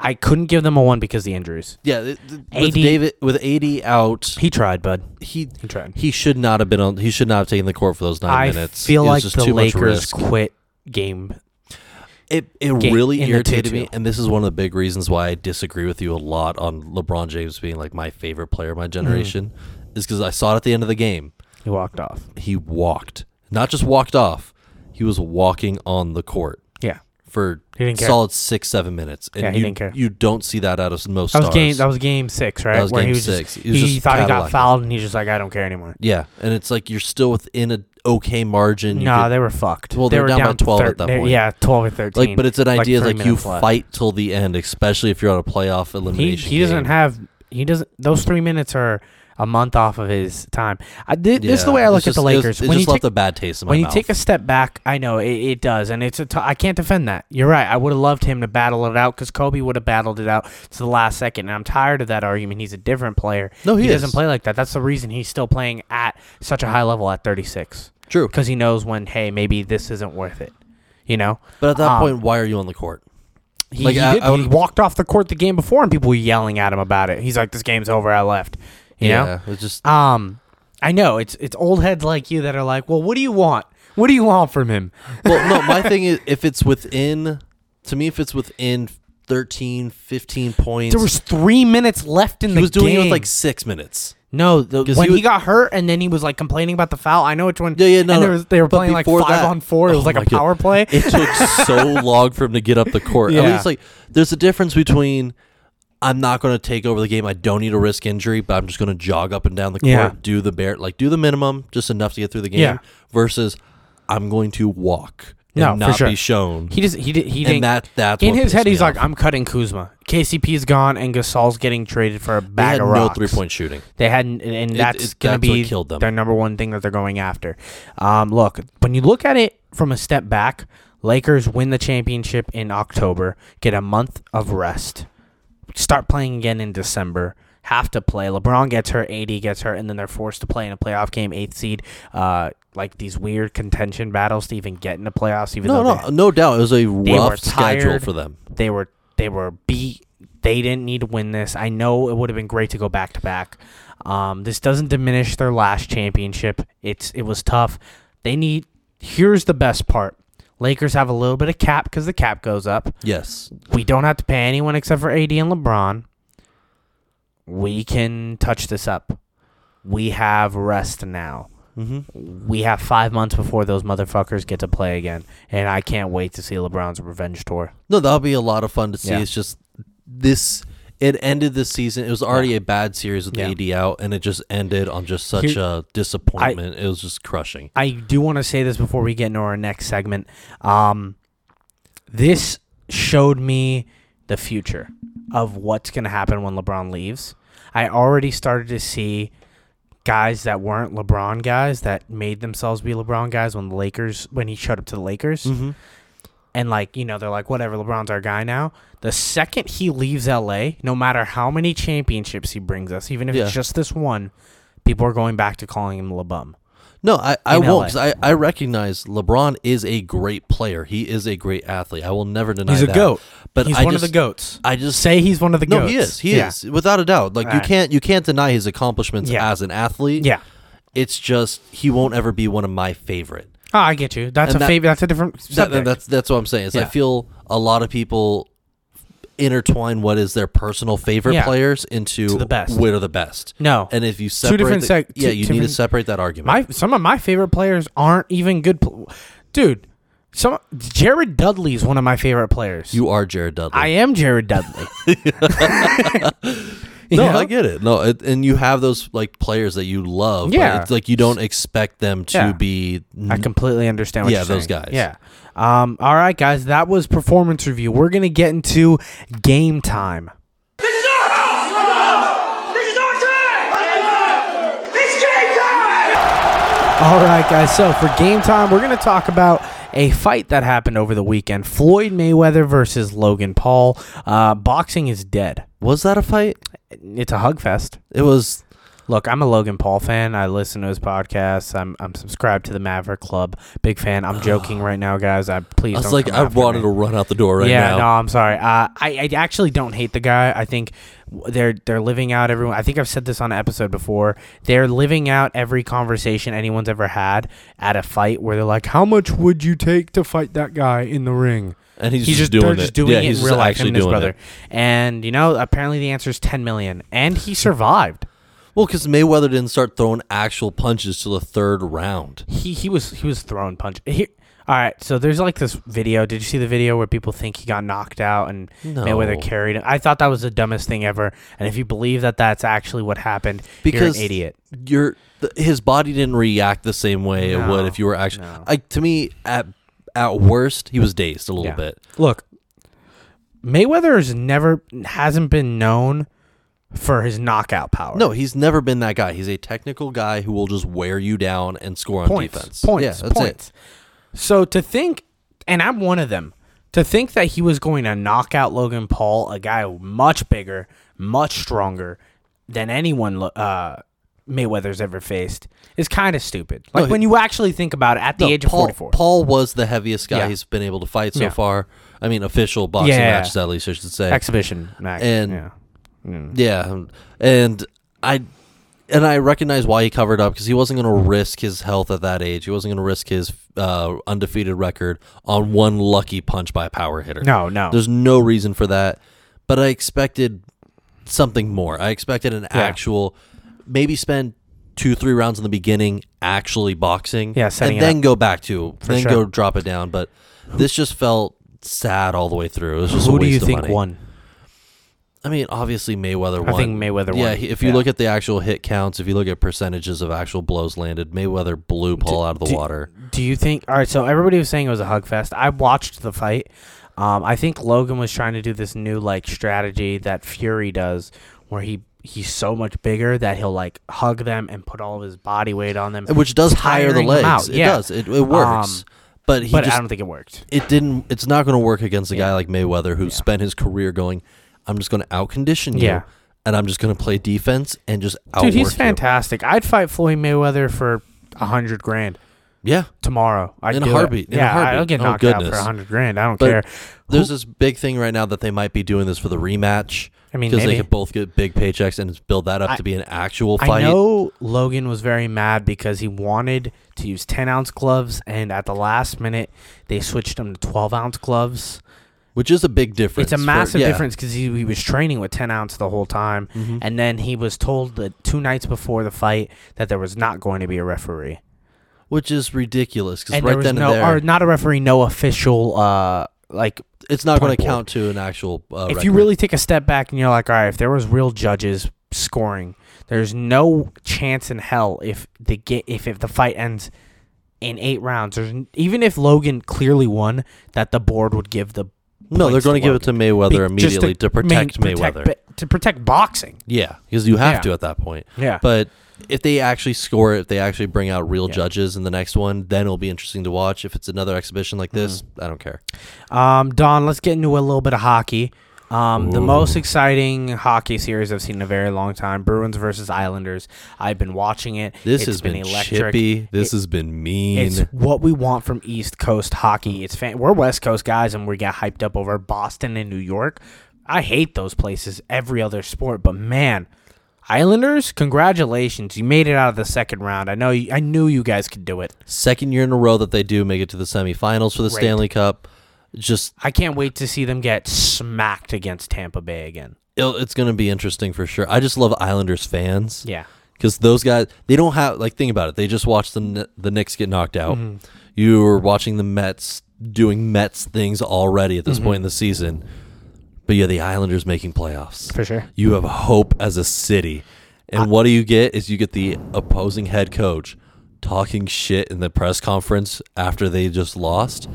Speaker 1: I couldn't give them a one because of the injuries.
Speaker 2: Yeah, it, th- with
Speaker 1: 80
Speaker 2: David with eighty out,
Speaker 1: He tried, bud.
Speaker 2: he
Speaker 1: He tried.
Speaker 2: he should not have been on. He should not have taken the court for those nine
Speaker 1: I
Speaker 2: minutes.
Speaker 1: feel
Speaker 2: It was
Speaker 1: like
Speaker 2: just
Speaker 1: the
Speaker 2: too much
Speaker 1: Lakers
Speaker 2: risk.
Speaker 1: quit game.
Speaker 2: It it
Speaker 1: game
Speaker 2: really
Speaker 1: in the 2-2.
Speaker 2: irritated me, and this is one of the big reasons why I disagree with you a lot on LeBron James being like my favorite player of
Speaker 1: Hmm.
Speaker 2: my generation, is because I saw it at the end of the game.
Speaker 1: He walked off.
Speaker 2: He walked, not just walked off. He was walking on the court
Speaker 1: Yeah,
Speaker 2: for
Speaker 1: He didn't care.
Speaker 2: solid six seven minutes, and
Speaker 1: Yeah, he
Speaker 2: you
Speaker 1: didn't care.
Speaker 2: you don't see that out of most
Speaker 1: that was
Speaker 2: stars.
Speaker 1: game. That was game six, right?
Speaker 2: was
Speaker 1: he
Speaker 2: game
Speaker 1: was
Speaker 2: six.
Speaker 1: Just,
Speaker 2: He was
Speaker 1: he
Speaker 2: just
Speaker 1: thought he got
Speaker 2: cataloging.
Speaker 1: fouled, and he's just like, I don't care anymore.
Speaker 2: yeah, and it's like you're still within an okay margin.
Speaker 1: No,
Speaker 2: You
Speaker 1: nah,
Speaker 2: could-
Speaker 1: they were fucked.
Speaker 2: Well,
Speaker 1: they
Speaker 2: they're
Speaker 1: were
Speaker 2: down by 12 at
Speaker 1: thir-
Speaker 2: that
Speaker 1: they-
Speaker 2: point.
Speaker 1: Yeah, twelve or thirteen.
Speaker 2: like, but it's an idea
Speaker 1: three
Speaker 2: like, you
Speaker 1: minutes left.
Speaker 2: fight till the end, especially if you're on a playoff
Speaker 1: He
Speaker 2: elimination.
Speaker 1: he doesn't
Speaker 2: game.
Speaker 1: have he doesn't. Those three minutes are a month off of his time. I did. This is the
Speaker 2: Yeah,
Speaker 1: way I
Speaker 2: it's
Speaker 1: look at
Speaker 2: just-
Speaker 1: the
Speaker 2: it was-
Speaker 1: Lakers.
Speaker 2: It,
Speaker 1: when you
Speaker 2: just
Speaker 1: take
Speaker 2: left a bad taste in my
Speaker 1: when you
Speaker 2: mouth.
Speaker 1: take a step back, I know it, it does, and it's a. T- I can't defend that. You're right. I would have loved him to battle it out because Kobe would have battled it out to the last second, and I'm tired of that argument. He's a different player.
Speaker 2: No, he
Speaker 1: doesn't
Speaker 2: is.
Speaker 1: play like that. That's the reason he's still playing at such a high level at 36
Speaker 2: True,
Speaker 1: because he knows when hey maybe this isn't worth it. You know,
Speaker 2: but at that
Speaker 1: um,
Speaker 2: point, why are you on the court?
Speaker 1: he,
Speaker 2: Like,
Speaker 1: he
Speaker 2: I-
Speaker 1: did-
Speaker 2: I
Speaker 1: he
Speaker 2: would-
Speaker 1: walked off the court the game before, and people were yelling at him about it. He's like, "This game's over. I left." You know,
Speaker 2: yeah, it's just
Speaker 1: um, I know it's it's old heads like you that are like, well, what do you want? What do you want from him?
Speaker 2: well, no. My thing is, if it's within, to me, if it's within 13, 15 points,
Speaker 1: There was three minutes left in
Speaker 2: he
Speaker 1: the
Speaker 2: was doing
Speaker 1: game.
Speaker 2: it with like six minutes.
Speaker 1: no, the, when
Speaker 2: 'Cause
Speaker 1: he,
Speaker 2: he was-
Speaker 1: got hurt and then he was like complaining about the foul. I know which one.
Speaker 2: Yeah, yeah, no,
Speaker 1: And there
Speaker 2: no.
Speaker 1: was, they were
Speaker 2: But
Speaker 1: playing like
Speaker 2: before
Speaker 1: five
Speaker 2: that-
Speaker 1: on four. It was
Speaker 2: Oh
Speaker 1: like a
Speaker 2: my God.
Speaker 1: power play.
Speaker 2: It took so long for him to get up the court.
Speaker 1: Yeah.
Speaker 2: At least like there's a difference between I'm not going to take over the game. I don't need to risk injury, but I'm just going to jog up and down the court,
Speaker 1: Yeah.
Speaker 2: do the bare like do the minimum, just enough to get through the game.
Speaker 1: Yeah.
Speaker 2: Versus I'm going to walk and
Speaker 1: No, for
Speaker 2: not
Speaker 1: sure.
Speaker 2: be shown.
Speaker 1: he just he did he didn't.
Speaker 2: and that that's
Speaker 1: in
Speaker 2: what
Speaker 1: his
Speaker 2: pissed
Speaker 1: head,
Speaker 2: me
Speaker 1: he's
Speaker 2: off.
Speaker 1: like, I'm cutting Kuzma. KCP's gone, and Gasol's getting traded for a
Speaker 2: They
Speaker 1: bag
Speaker 2: had
Speaker 1: of
Speaker 2: no
Speaker 1: rocks.
Speaker 2: three point shooting.
Speaker 1: They hadn't, and- and
Speaker 2: It-
Speaker 1: that's
Speaker 2: it-
Speaker 1: going to
Speaker 2: that's what
Speaker 1: be
Speaker 2: killed them.
Speaker 1: their number one thing that they're going after. Um, look, when you look at it from a step back, Lakers win the championship in October, get a month of rest, start playing again in December. Have to play. LeBron gets hurt, AD gets hurt, and then they're forced to play in a playoff game, eighth seed. Uh, like these weird contention battles to even get in the playoffs. Even
Speaker 2: No,
Speaker 1: though
Speaker 2: no, no doubt. It was a
Speaker 1: were
Speaker 2: rough schedule
Speaker 1: tired.
Speaker 2: for them.
Speaker 1: They, they were they were beat. They didn't need to win this. I know it would have been great to go back to back. Um, this doesn't diminish their last championship. It's it was tough. They need. Here's the best part. Lakers have a little bit of cap because the cap goes up.
Speaker 2: Yes.
Speaker 1: We don't have to pay anyone except for AD and LeBron. We can touch this up. We have rest now.
Speaker 2: hmm
Speaker 1: We have five months before those motherfuckers get to play again, and I can't wait to see LeBron's revenge tour.
Speaker 2: No, that'll be a lot of fun to see.
Speaker 1: Yeah.
Speaker 2: It's just this. It ended this season. It was already a bad series with
Speaker 1: Yeah.
Speaker 2: AD out, and it just ended on just such
Speaker 1: Here-
Speaker 2: a disappointment. it was just crushing.
Speaker 1: I do want to say this before we get into our next segment. Um, this showed me the future of what's going to happen when LeBron leaves. I already started to see guys that weren't LeBron guys that made themselves be LeBron guys when the Lakers when he showed up to the Lakers
Speaker 2: Mm-hmm.
Speaker 1: and like you know they're like whatever LeBron's our guy now. The second he leaves LA, no matter how many championships he brings us, even if
Speaker 2: Yeah.
Speaker 1: it's just this one, people are going back to calling him LeBum.
Speaker 2: No, I, I
Speaker 1: In
Speaker 2: won't.
Speaker 1: LA.
Speaker 2: 'cause I, I recognize LeBron is a great player. He is a great athlete. I will never deny
Speaker 1: He's a
Speaker 2: that.
Speaker 1: goat.
Speaker 2: But
Speaker 1: He's
Speaker 2: I
Speaker 1: one
Speaker 2: just,
Speaker 1: of the goats.
Speaker 2: I just
Speaker 1: say he's one of the
Speaker 2: no.
Speaker 1: goats.
Speaker 2: He is. He
Speaker 1: Yeah.
Speaker 2: is without a doubt. Like you
Speaker 1: Alright.
Speaker 2: can't you can't deny his accomplishments
Speaker 1: Yeah.
Speaker 2: as an athlete.
Speaker 1: Yeah.
Speaker 2: It's just he won't ever be one of my favorite.
Speaker 1: Oh, I get you. That's
Speaker 2: And
Speaker 1: a
Speaker 2: that-
Speaker 1: fav- That's a different
Speaker 2: That-
Speaker 1: subject.
Speaker 2: that- that's that's what I'm saying. Is I
Speaker 1: Yeah.
Speaker 2: feel a lot of people intertwine what is their personal favorite
Speaker 1: Yeah.
Speaker 2: players into
Speaker 1: the best.
Speaker 2: what are the best.
Speaker 1: no.
Speaker 2: And if you separate,
Speaker 1: different
Speaker 2: the-
Speaker 1: sec-
Speaker 2: yeah,
Speaker 1: two
Speaker 2: you need to
Speaker 1: different-
Speaker 2: separate that argument.
Speaker 1: my some of my favorite players aren't even good. Pl- Dude, some Jared Dudley is one of my favorite players.
Speaker 2: you are Jared Dudley.
Speaker 1: I am Jared Dudley. You
Speaker 2: no,
Speaker 1: know?
Speaker 2: I get it. No, it, and you have those like players that you love. but
Speaker 1: Yeah.
Speaker 2: it's like you don't expect them to
Speaker 1: Yeah.
Speaker 2: be.
Speaker 1: I completely understand what
Speaker 2: Yeah,
Speaker 1: you're
Speaker 2: those
Speaker 1: saying.
Speaker 2: guys.
Speaker 1: Yeah. Um, all right, guys, that was performance review. We're gonna get into game time.
Speaker 3: This is our house! This is our time! It's game time!
Speaker 1: All right, guys. So for game time, we're going to talk about a fight that happened over the weekend: Floyd Mayweather versus Logan Paul. Uh, boxing is dead.
Speaker 2: Was that a fight?
Speaker 1: It's a hug fest.
Speaker 2: It was.
Speaker 1: Look, I'm a Logan Paul fan. I listen to his podcasts. I'm I'm subscribed to the Maverick Club. Big fan. I'm joking right now, guys. I please.
Speaker 2: I was
Speaker 1: don't
Speaker 2: like,
Speaker 1: come
Speaker 2: I
Speaker 1: after me.
Speaker 2: wanted to run out the door right
Speaker 1: yeah,
Speaker 2: now.
Speaker 1: no, I'm sorry. Uh, I I actually don't hate the guy. I think w- they're they're living out everyone. I think I've said this on an episode before. They're living out every conversation anyone's ever had at a fight where they're like, "How much would you take to fight that guy in the ring?"
Speaker 2: And he's just
Speaker 1: they're
Speaker 2: doing
Speaker 1: just
Speaker 2: it.
Speaker 1: doing
Speaker 2: Yeah,
Speaker 1: it
Speaker 2: he's
Speaker 1: in
Speaker 2: just
Speaker 1: real life. Him
Speaker 2: actually
Speaker 1: and his
Speaker 2: doing
Speaker 1: brother,
Speaker 2: it.
Speaker 1: and you know, apparently the answer is 10 million, and he survived.
Speaker 2: Well, because Mayweather didn't start throwing actual punches till the third round.
Speaker 1: he he was he was throwing punch. He, all right, so there's like this video. Did you see the video where people think he got knocked out and
Speaker 2: No.
Speaker 1: Mayweather carried him? I thought that was the dumbest thing ever. And if you believe that that's actually what happened,
Speaker 2: Because
Speaker 1: you're an idiot.
Speaker 2: Your th- his body didn't react the same way it would
Speaker 1: No,
Speaker 2: if you were actually
Speaker 1: no.
Speaker 2: like to me at at worst he was dazed a little
Speaker 1: Yeah.
Speaker 2: bit.
Speaker 1: Look, Mayweather has never hasn't been known for his knockout power.
Speaker 2: No, he's never been that guy. He's a technical guy who will just wear you down and score on
Speaker 1: points,
Speaker 2: defense.
Speaker 1: points,
Speaker 2: yeah, that's
Speaker 1: points. So to think, and I'm one of them, to think that he was going to knock out Logan Paul, a guy much bigger, much stronger than anyone uh, Mayweather's ever faced, is kind of stupid. Like
Speaker 2: he-
Speaker 1: when you actually think about it, at
Speaker 2: it.
Speaker 1: the
Speaker 2: No,
Speaker 1: age
Speaker 2: Paul,
Speaker 1: of 44.
Speaker 2: Paul was the heaviest guy
Speaker 1: Yeah.
Speaker 2: he's been able to fight so
Speaker 1: Yeah.
Speaker 2: far. I mean, official boxing
Speaker 1: Yeah.
Speaker 2: matches at least I should say.
Speaker 1: exhibition match.
Speaker 2: And-
Speaker 1: yeah.
Speaker 2: Yeah, and I and I recognize why he covered up because he wasn't going to risk his health at that age. He wasn't going to risk his uh, undefeated record on one lucky punch by a power hitter.
Speaker 1: No, no.
Speaker 2: there's no reason for that. But I expected something more. I expected an actual, maybe spend two, three rounds in the beginning actually boxing.
Speaker 1: Yeah, setting
Speaker 2: and
Speaker 1: it
Speaker 2: then go back to then
Speaker 1: sure.
Speaker 2: go drop it down. But this just felt sad all the way through. It was just a
Speaker 1: Who do
Speaker 2: waste
Speaker 1: you
Speaker 2: of
Speaker 1: think
Speaker 2: money.
Speaker 1: won?
Speaker 2: I mean, obviously Mayweather won.
Speaker 1: think Mayweather
Speaker 2: Yeah,
Speaker 1: won.
Speaker 2: he- if you
Speaker 1: Yeah.
Speaker 2: look at the actual hit counts, if you look at percentages of actual blows landed, Mayweather blew Paul out of the
Speaker 1: do-
Speaker 2: water.
Speaker 1: Do you think? All right, so everybody was saying it was a hug fest. I watched the fight. Um, I think Logan was trying to do this new like strategy that Fury does, where he he's so much bigger that he'll like hug them and put all of his body weight on them,
Speaker 2: Which does hire the
Speaker 1: tiring them
Speaker 2: legs.
Speaker 1: out,
Speaker 2: It
Speaker 1: yeah.
Speaker 2: does. It, it works.
Speaker 1: Um,
Speaker 2: but he
Speaker 1: but
Speaker 2: just
Speaker 1: I don't think it worked.
Speaker 2: it didn't it's not going to work against a guy like Mayweather who spent his career going, I'm just going to outcondition you
Speaker 1: Yeah.
Speaker 2: and I'm just going to play defense and just outwork
Speaker 1: Dude, he's
Speaker 2: you."
Speaker 1: fantastic. I'd fight Floyd Mayweather for a hundred grand
Speaker 2: Yeah.
Speaker 1: tomorrow. I'd
Speaker 2: In a
Speaker 1: do it.
Speaker 2: heartbeat, in a
Speaker 1: Yeah,
Speaker 2: heartbeat.
Speaker 1: I'll get
Speaker 2: Oh,
Speaker 1: knocked out for
Speaker 2: goodness.
Speaker 1: a hundred grand. I don't
Speaker 2: But
Speaker 1: care.
Speaker 2: There's this big thing right now that they might be doing this for the rematch.
Speaker 1: I mean,
Speaker 2: because they
Speaker 1: maybe.
Speaker 2: could both get big paychecks and build that up to be an actual
Speaker 1: I
Speaker 2: fight.
Speaker 1: know Logan was very mad because he wanted to use 10 ounce gloves, and at the last minute, they switched him to 12 ounce gloves.
Speaker 2: which is a big
Speaker 1: It's
Speaker 2: difference.
Speaker 1: a
Speaker 2: for-
Speaker 1: massive
Speaker 2: yeah. Mm-hmm.
Speaker 1: difference 'cause difference because he, he was training with 10 ounce the whole time. And then he was told that two nights before the fight that there was not going to be a referee.
Speaker 2: which is ridiculous because
Speaker 1: And
Speaker 2: right
Speaker 1: there was
Speaker 2: then
Speaker 1: no,
Speaker 2: and there,
Speaker 1: or not a referee, no official, uh, like
Speaker 2: it's not going
Speaker 1: point
Speaker 2: to
Speaker 1: board.
Speaker 2: count to an actual. Uh,
Speaker 1: if you
Speaker 2: record.
Speaker 1: really take a step back and you're like, all right, if there was real judges scoring, there's no chance in hell if the get if, if the fight ends in eight rounds. There's n- even if Logan clearly won, that the board would give the
Speaker 2: no, they're
Speaker 1: points
Speaker 2: going to give it to
Speaker 1: Logan.
Speaker 2: Mayweather
Speaker 1: Be- just
Speaker 2: immediately to,
Speaker 1: main-
Speaker 2: protect Mayweather.
Speaker 1: ba- to protect boxing.
Speaker 2: yeah, because you have
Speaker 1: Yeah.
Speaker 2: to at that point.
Speaker 1: Yeah.
Speaker 2: but if they actually score, if they actually bring out real
Speaker 1: Yeah.
Speaker 2: judges in the next one, then it'll be interesting to watch. If it's another exhibition like this,
Speaker 1: Mm-hmm.
Speaker 2: I don't care.
Speaker 1: Um, Don, let's get into a little bit of hockey. Um, the most exciting hockey series I've seen in a very long time: Bruins versus Islanders. I've been watching it.
Speaker 2: This
Speaker 1: It's
Speaker 2: has been, chippy. This
Speaker 1: It-
Speaker 2: has been mean.
Speaker 1: It's what we want from East Coast hockey. It's fan- we're West Coast guys, and we get hyped up over Boston and New York. I hate those places. Every other sport, but man, Islanders, congratulations! You made it out of the second round. I know. You, I knew you guys could do it.
Speaker 2: Second year in a row that they do make it to the semifinals for the
Speaker 1: Great.
Speaker 2: Stanley Cup. Just
Speaker 1: I can't wait to see them get smacked against Tampa Bay again.
Speaker 2: it'll, it's going to be interesting for sure. I just love Islanders fans.
Speaker 1: Yeah.
Speaker 2: because those guys they don't have like think about it. They just watch the Kn- the Knicks get knocked out.
Speaker 1: Mm-hmm.
Speaker 2: You were watching the Mets doing Mets things already at
Speaker 1: Mm-hmm.
Speaker 2: this point in the season, but yeah, the Islanders making playoffs
Speaker 1: For sure.
Speaker 2: You have hope as a city, and what do you get is you get the opposing head coach talking shit in the press conference after they just lost.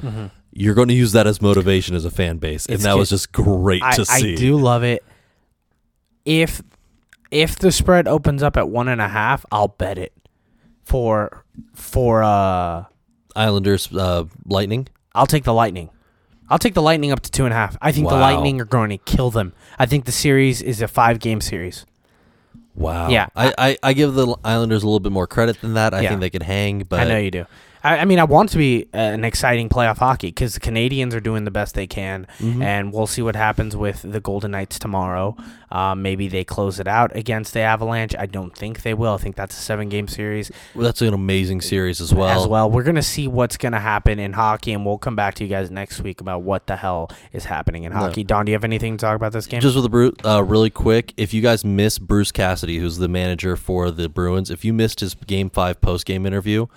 Speaker 2: You're going to use that as motivation as a fan base, and
Speaker 1: Mm-hmm. It's
Speaker 2: that
Speaker 1: ju-
Speaker 2: was just great
Speaker 1: I,
Speaker 2: to see.
Speaker 1: I do love it. If if the spread opens up at one and a half, I'll bet it for for uh
Speaker 2: Islanders uh, Lightning.
Speaker 1: I'll take the Lightning. I'll take the Lightning up to two and a half. I think the
Speaker 2: Wow.
Speaker 1: Lightning are going to kill them. I think the series is a five game series.
Speaker 2: Wow.
Speaker 1: Yeah.
Speaker 2: I, I, I give the Islanders a little bit more credit than that. I
Speaker 1: Yeah.
Speaker 2: think they could hang, but
Speaker 1: I know you do. I, I mean, I want to be uh, an exciting playoff hockey because the Canadians are doing the best they can,
Speaker 2: Mm-hmm.
Speaker 1: and we'll see what happens with the Golden Knights tomorrow. Um, maybe they close it out against the Avalanche. I don't think they will. I think that's a seven-game series
Speaker 2: that's an amazing series as well.
Speaker 1: as well. We're gonna see what's gonna happen in hockey, and we'll come back to you guys next week about what the hell is happening in hockey. Don, do you have anything to talk about this game?
Speaker 2: Just with the Bru uh, really quick, if you guys miss Bruce Cassidy, who's the manager for the Bruins, if you missed his Game Five post game interview,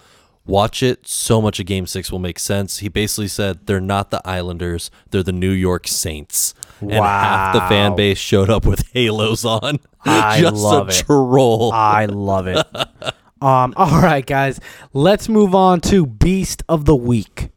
Speaker 2: watch it. So much of Game Six will make sense. He basically said they're not the Islanders, they're the New York Saints, and half the fan
Speaker 1: Wow.
Speaker 2: base showed up with halos on.
Speaker 1: I
Speaker 2: just
Speaker 1: love
Speaker 2: a
Speaker 1: it.
Speaker 2: troll.
Speaker 1: I love it. Um, all right, guys, let's move on to Beast of the Week.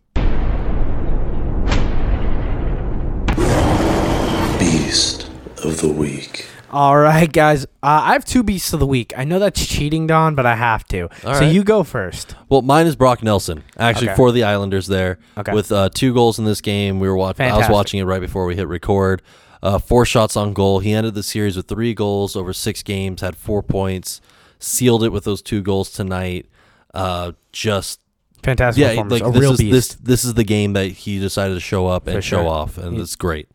Speaker 4: Beast of the Week.
Speaker 1: All right, guys. Uh, I have two beasts of the week. I know that's cheating, Don, but I have to. so
Speaker 2: right.
Speaker 1: you go first.
Speaker 2: Well, mine is Brock Nelson, actually
Speaker 1: Okay.
Speaker 2: for the Islanders there,
Speaker 1: Okay.
Speaker 2: with uh, two goals in this game. We were watching. I was
Speaker 1: Fantastic.
Speaker 2: watching it right before we hit record. Uh, four shots on goal. He ended the series with three goals over six games. Had four points. Sealed it with those two goals tonight. Uh, just
Speaker 1: Fantastic
Speaker 2: yeah,
Speaker 1: performance.
Speaker 2: like
Speaker 1: a
Speaker 2: this
Speaker 1: real
Speaker 2: is
Speaker 1: beast.
Speaker 2: this this is the game that he decided to show up and
Speaker 1: For
Speaker 2: show
Speaker 1: sure.
Speaker 2: off, and it's great.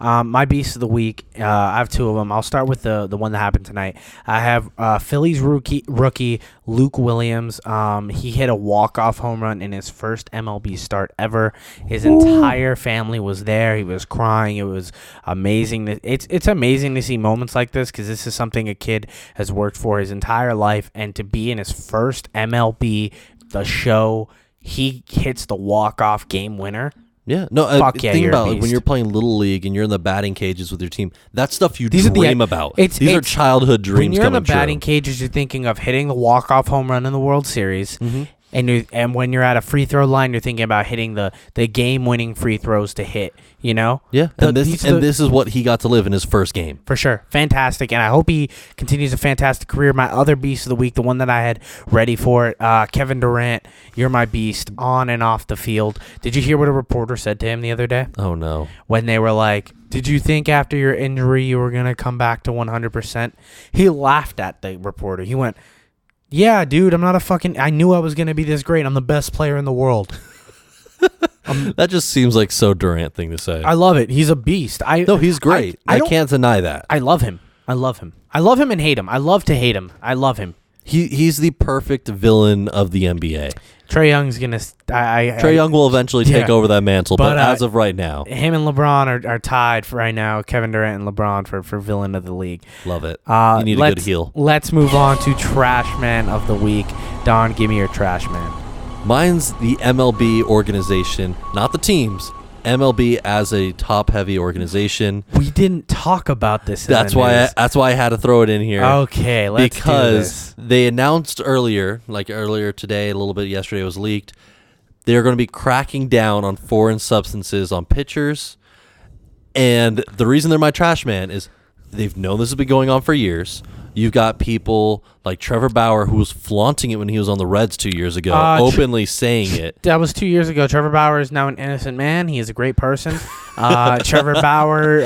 Speaker 1: Um, my beast of the week. Uh, I have two of them. I'll start with the the one that happened tonight. I have uh, Phillies rookie rookie Luke Williams. Um, he hit a walk off home run in his first MLB start ever. His entire family was there. He was crying. It was amazing. that- It's it's amazing to see moments like this because this is something a kid has worked for his entire life, and to be in his first MLB the show. He hits the walk off game winner.
Speaker 2: Yeah, no. uh,
Speaker 1: Fuck yeah,
Speaker 2: think
Speaker 1: you're a
Speaker 2: about like, when
Speaker 1: beast.
Speaker 2: you're playing little league and you're in the batting cages with your team. That stuff you
Speaker 1: These are the- e
Speaker 2: dream about.
Speaker 1: it's-
Speaker 2: These are
Speaker 1: it's-
Speaker 2: childhood dreams
Speaker 1: when you're in
Speaker 2: coming
Speaker 1: the batting
Speaker 2: true.
Speaker 1: cages, you're thinking of hitting the walk off home run in the World Series,
Speaker 2: Mm-hmm.
Speaker 1: and you and when you're at a free throw line, you're thinking about hitting the the game winning free throws to hit. You know,
Speaker 2: Yeah,
Speaker 1: The-
Speaker 2: and this
Speaker 1: these are
Speaker 2: and
Speaker 1: the-
Speaker 2: this is what he got to live in his first game.
Speaker 1: for sure fantastic, and I hope he continues a fantastic career. My other beast of the week, the one that I had ready for it, uh, Kevin Durant, you're my beast on and off the field. Did you hear what a reporter said to him the other day?
Speaker 2: Oh no,
Speaker 1: when they were like, "Did you think after your injury you were gonna come back to 100%?" He laughed at the reporter. He went, "Yeah, dude, I'm not a fucking. I knew I was gonna be this great. I'm the best player in the world.
Speaker 2: that just seems like so Durant thing to say.
Speaker 1: I love it. He's a beast. I
Speaker 2: no, he's great.
Speaker 1: I,
Speaker 2: I,
Speaker 1: don't-
Speaker 2: can't deny that.
Speaker 1: I love him. I love him. I love him and hate him. I love to hate him. I love him.
Speaker 2: He he's the perfect villain of the NBA.
Speaker 1: Trey Young's gonna. s- I, I-
Speaker 2: Trey Young will eventually take
Speaker 1: Yeah.
Speaker 2: over that mantle, but,
Speaker 1: But, uh,
Speaker 2: as of right now,
Speaker 1: Him and LeBron are, are tied for right now. Kevin Durant and LeBron for, for villain of the league.
Speaker 2: love it.
Speaker 1: Uh,
Speaker 2: you need a
Speaker 1: let's,
Speaker 2: good heel.
Speaker 1: Let's move on to Trash Man of the Week. Don, give me your Trash Man.
Speaker 2: Mine's the MLB organization, not the teams. MLB as a top-heavy organization.
Speaker 1: We didn't talk about this. in the
Speaker 2: That's why. I,
Speaker 1: news.
Speaker 2: that's why I had to throw it in here.
Speaker 1: Oh, okay, let's do
Speaker 2: because
Speaker 1: this.
Speaker 2: they announced earlier, like earlier today, a little bit yesterday it was leaked, they're going to be cracking down on foreign substances on pitchers. And the reason they're my trash man is they've known this has been going on for years. You've got people like Trevor Bauer, who was flaunting it when he was on the Reds two years ago,
Speaker 1: Uh, Tr-
Speaker 2: openly saying it.
Speaker 1: That was two years ago. Trevor Bauer is now an innocent man. He is a great person. Uh, Trevor Bauer. Uh,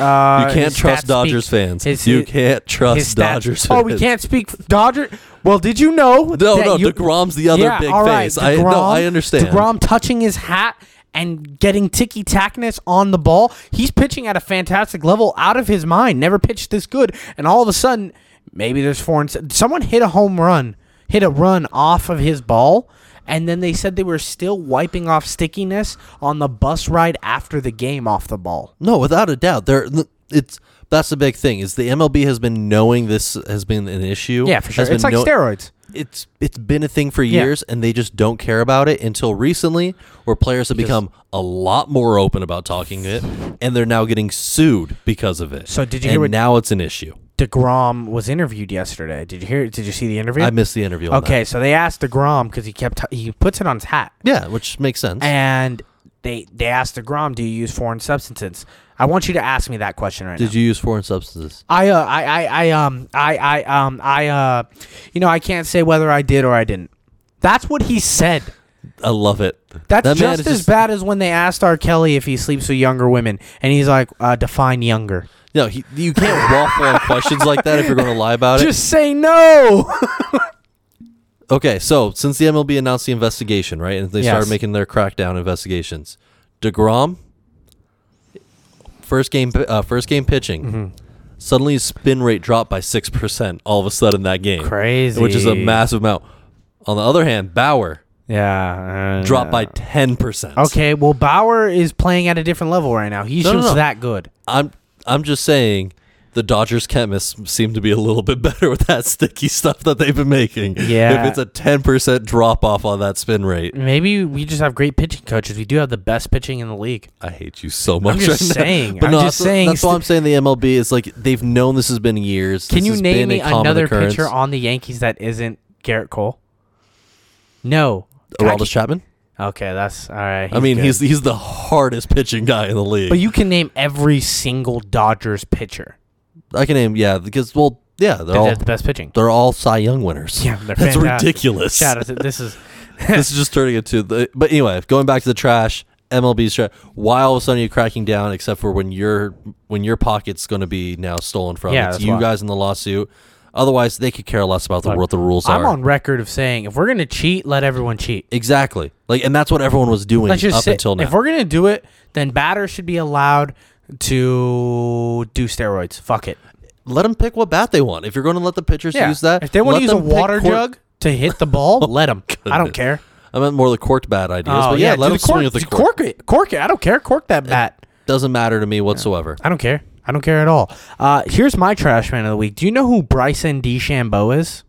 Speaker 2: You can't
Speaker 1: his
Speaker 2: trust
Speaker 1: stats
Speaker 2: Dodgers
Speaker 1: speak-
Speaker 2: fans.
Speaker 1: his-
Speaker 2: you can't trust
Speaker 1: his stats-
Speaker 2: Dodgers
Speaker 1: Oh, we
Speaker 2: fans.
Speaker 1: can't speak Dodger. Well, did you know?
Speaker 2: No,
Speaker 1: that
Speaker 2: no,
Speaker 1: you-
Speaker 2: DeGrom's the other
Speaker 1: yeah,
Speaker 2: big
Speaker 1: all right,
Speaker 2: face. I, no,
Speaker 1: DeGrom-
Speaker 2: I understand.
Speaker 1: DeGrom touching his hat and getting ticky tackness on the ball. He's pitching at a fantastic level, out of his mind. Never pitched this good, and all of a sudden, maybe there's foreign. Someone hit a home run, hit a run off of his ball. And then they said they were still wiping off stickiness on the bus ride after the game off the ball.
Speaker 2: No, without a doubt, there. It's that's the big thing is the MLB has been knowing this has been an issue.
Speaker 1: Yeah, for sure.
Speaker 2: has been
Speaker 1: It's like
Speaker 2: know-
Speaker 1: steroids.
Speaker 2: It's it's been a thing for years, and they just don't care about it until recently, where players have become a lot more open about talking it, and they're now getting sued because of it.
Speaker 1: So did you
Speaker 2: And
Speaker 1: hear what-
Speaker 2: now it's an issue.
Speaker 1: DeGrom was interviewed yesterday. Did you hear? Did you see the interview?
Speaker 2: I uh, missed the interview. on
Speaker 1: Okay, so they asked DeGrom because he kept he puts it on his hat.
Speaker 2: that. Yeah, which makes sense.
Speaker 1: and they they asked Degrom, "Do you use foreign substances?" I want you to ask me that question right now.
Speaker 2: did you use foreign substances?
Speaker 1: I uh, I I I um I I um I uh, you know I can't say whether I did or I didn't. That's what he said.
Speaker 2: I love it.
Speaker 1: That's
Speaker 2: That man
Speaker 1: just
Speaker 2: is
Speaker 1: as bad as when they asked R. Kelly if he sleeps with younger women, and he's like, uh, "Define younger."
Speaker 2: No, he, you can't waffle on questions like that if you're going to lie about it.
Speaker 1: Just say no.
Speaker 2: Okay, so since the MLB announced the investigation, right, and they
Speaker 1: Yes.
Speaker 2: started making their crackdown investigations, Degrom, first game, uh, first game pitching,
Speaker 1: Mm-hmm.
Speaker 2: suddenly his spin rate dropped by six percent. All of a sudden, that game, which is a
Speaker 1: Crazy.
Speaker 2: massive amount. On the other hand, Bauer
Speaker 1: yeah. uh,
Speaker 2: dropped by ten percent.
Speaker 1: Okay, well Bauer is playing at a different level right now. He's
Speaker 2: No, no,
Speaker 1: just
Speaker 2: no.
Speaker 1: that good.
Speaker 2: I'm I'm just saying. The Dodgers chemists seem to be a little bit better with that sticky stuff that they've been making.
Speaker 1: Yeah.
Speaker 2: If it's a 10% drop off on that spin rate,
Speaker 1: Maybe we just have great pitching coaches. We do have the best pitching in the league.
Speaker 2: I hate you so much.
Speaker 1: just
Speaker 2: right now.
Speaker 1: saying.
Speaker 2: But
Speaker 1: I'm
Speaker 2: no,
Speaker 1: just
Speaker 2: that's,
Speaker 1: saying
Speaker 2: That's why I'm saying the MLB is like they've known this has been years.
Speaker 1: Can
Speaker 2: This
Speaker 1: you
Speaker 2: has
Speaker 1: name
Speaker 2: been a
Speaker 1: me
Speaker 2: common
Speaker 1: another
Speaker 2: occurrence.
Speaker 1: pitcher on the Yankees that isn't Garrett Cole? No.
Speaker 2: Aroldis
Speaker 1: Kaki-
Speaker 2: Chapman.
Speaker 1: Okay, that's all right.
Speaker 2: I mean,
Speaker 1: good.
Speaker 2: he's he's the hardest pitching guy in the league.
Speaker 1: But you can name every single Dodgers pitcher
Speaker 2: I can name yeah because well yeah they're all
Speaker 1: that's the best pitching.
Speaker 2: they're all Cy Young winners.
Speaker 1: Yeah, they're
Speaker 2: Oh. that's
Speaker 1: fantastic.
Speaker 2: ridiculous.
Speaker 1: Shout out to this is
Speaker 2: this is just turning into the. But anyway, going back to the trash. MLB's trash. Why all of a sudden you're cracking down? Except for when your when your pocket's going to be now stolen from.
Speaker 1: Yeah,
Speaker 2: it's
Speaker 1: that's
Speaker 2: you
Speaker 1: why.
Speaker 2: guys in the lawsuit. Otherwise, they could care less about the, what the rules are.
Speaker 1: I'm on record of saying if we're gonna cheat, let everyone cheat.
Speaker 2: Exactly. Like, and that's what everyone was doing
Speaker 1: Let's just
Speaker 2: up
Speaker 1: say-
Speaker 2: until now.
Speaker 1: If we're gonna do it, then batters should be allowed to do steroids. Fuck it.
Speaker 2: let them pick what bat they want. If you're going to let the pitchers use that,
Speaker 1: If they want
Speaker 2: let
Speaker 1: to use a
Speaker 2: them pick
Speaker 1: water
Speaker 2: cork-
Speaker 1: jug to hit the ball, let them. I don't care.
Speaker 2: I meant more the corked bat ideas,
Speaker 1: Oh
Speaker 2: but yeah,
Speaker 1: yeah, do
Speaker 2: let them
Speaker 1: the cork,
Speaker 2: swing with the
Speaker 1: do
Speaker 2: cork.
Speaker 1: cork it, cork it. I don't care. Cork that bat.
Speaker 2: Doesn't matter to me whatsoever.
Speaker 1: I don't care. I don't care at all. Uh, here's my trash man of the week. Do you know who Bryson DeChambeau is?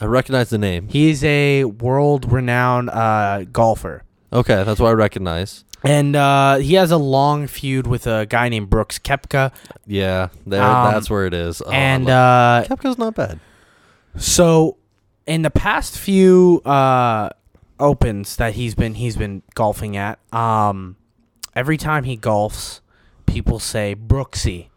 Speaker 2: I recognize the name.
Speaker 1: He is a world-renowned uh, golfer.
Speaker 2: Okay, that's what I recognize.
Speaker 1: And uh, he has a long feud with a guy named Brooks Kepka.
Speaker 2: Yeah, there,
Speaker 1: Um,
Speaker 2: that's where it is. Oh, I
Speaker 1: and
Speaker 2: love-
Speaker 1: uh,
Speaker 2: Kepka's not bad.
Speaker 1: so, in the past few uh, opens that he's been he's been golfing at, um, every time he golfs, people say Brooksy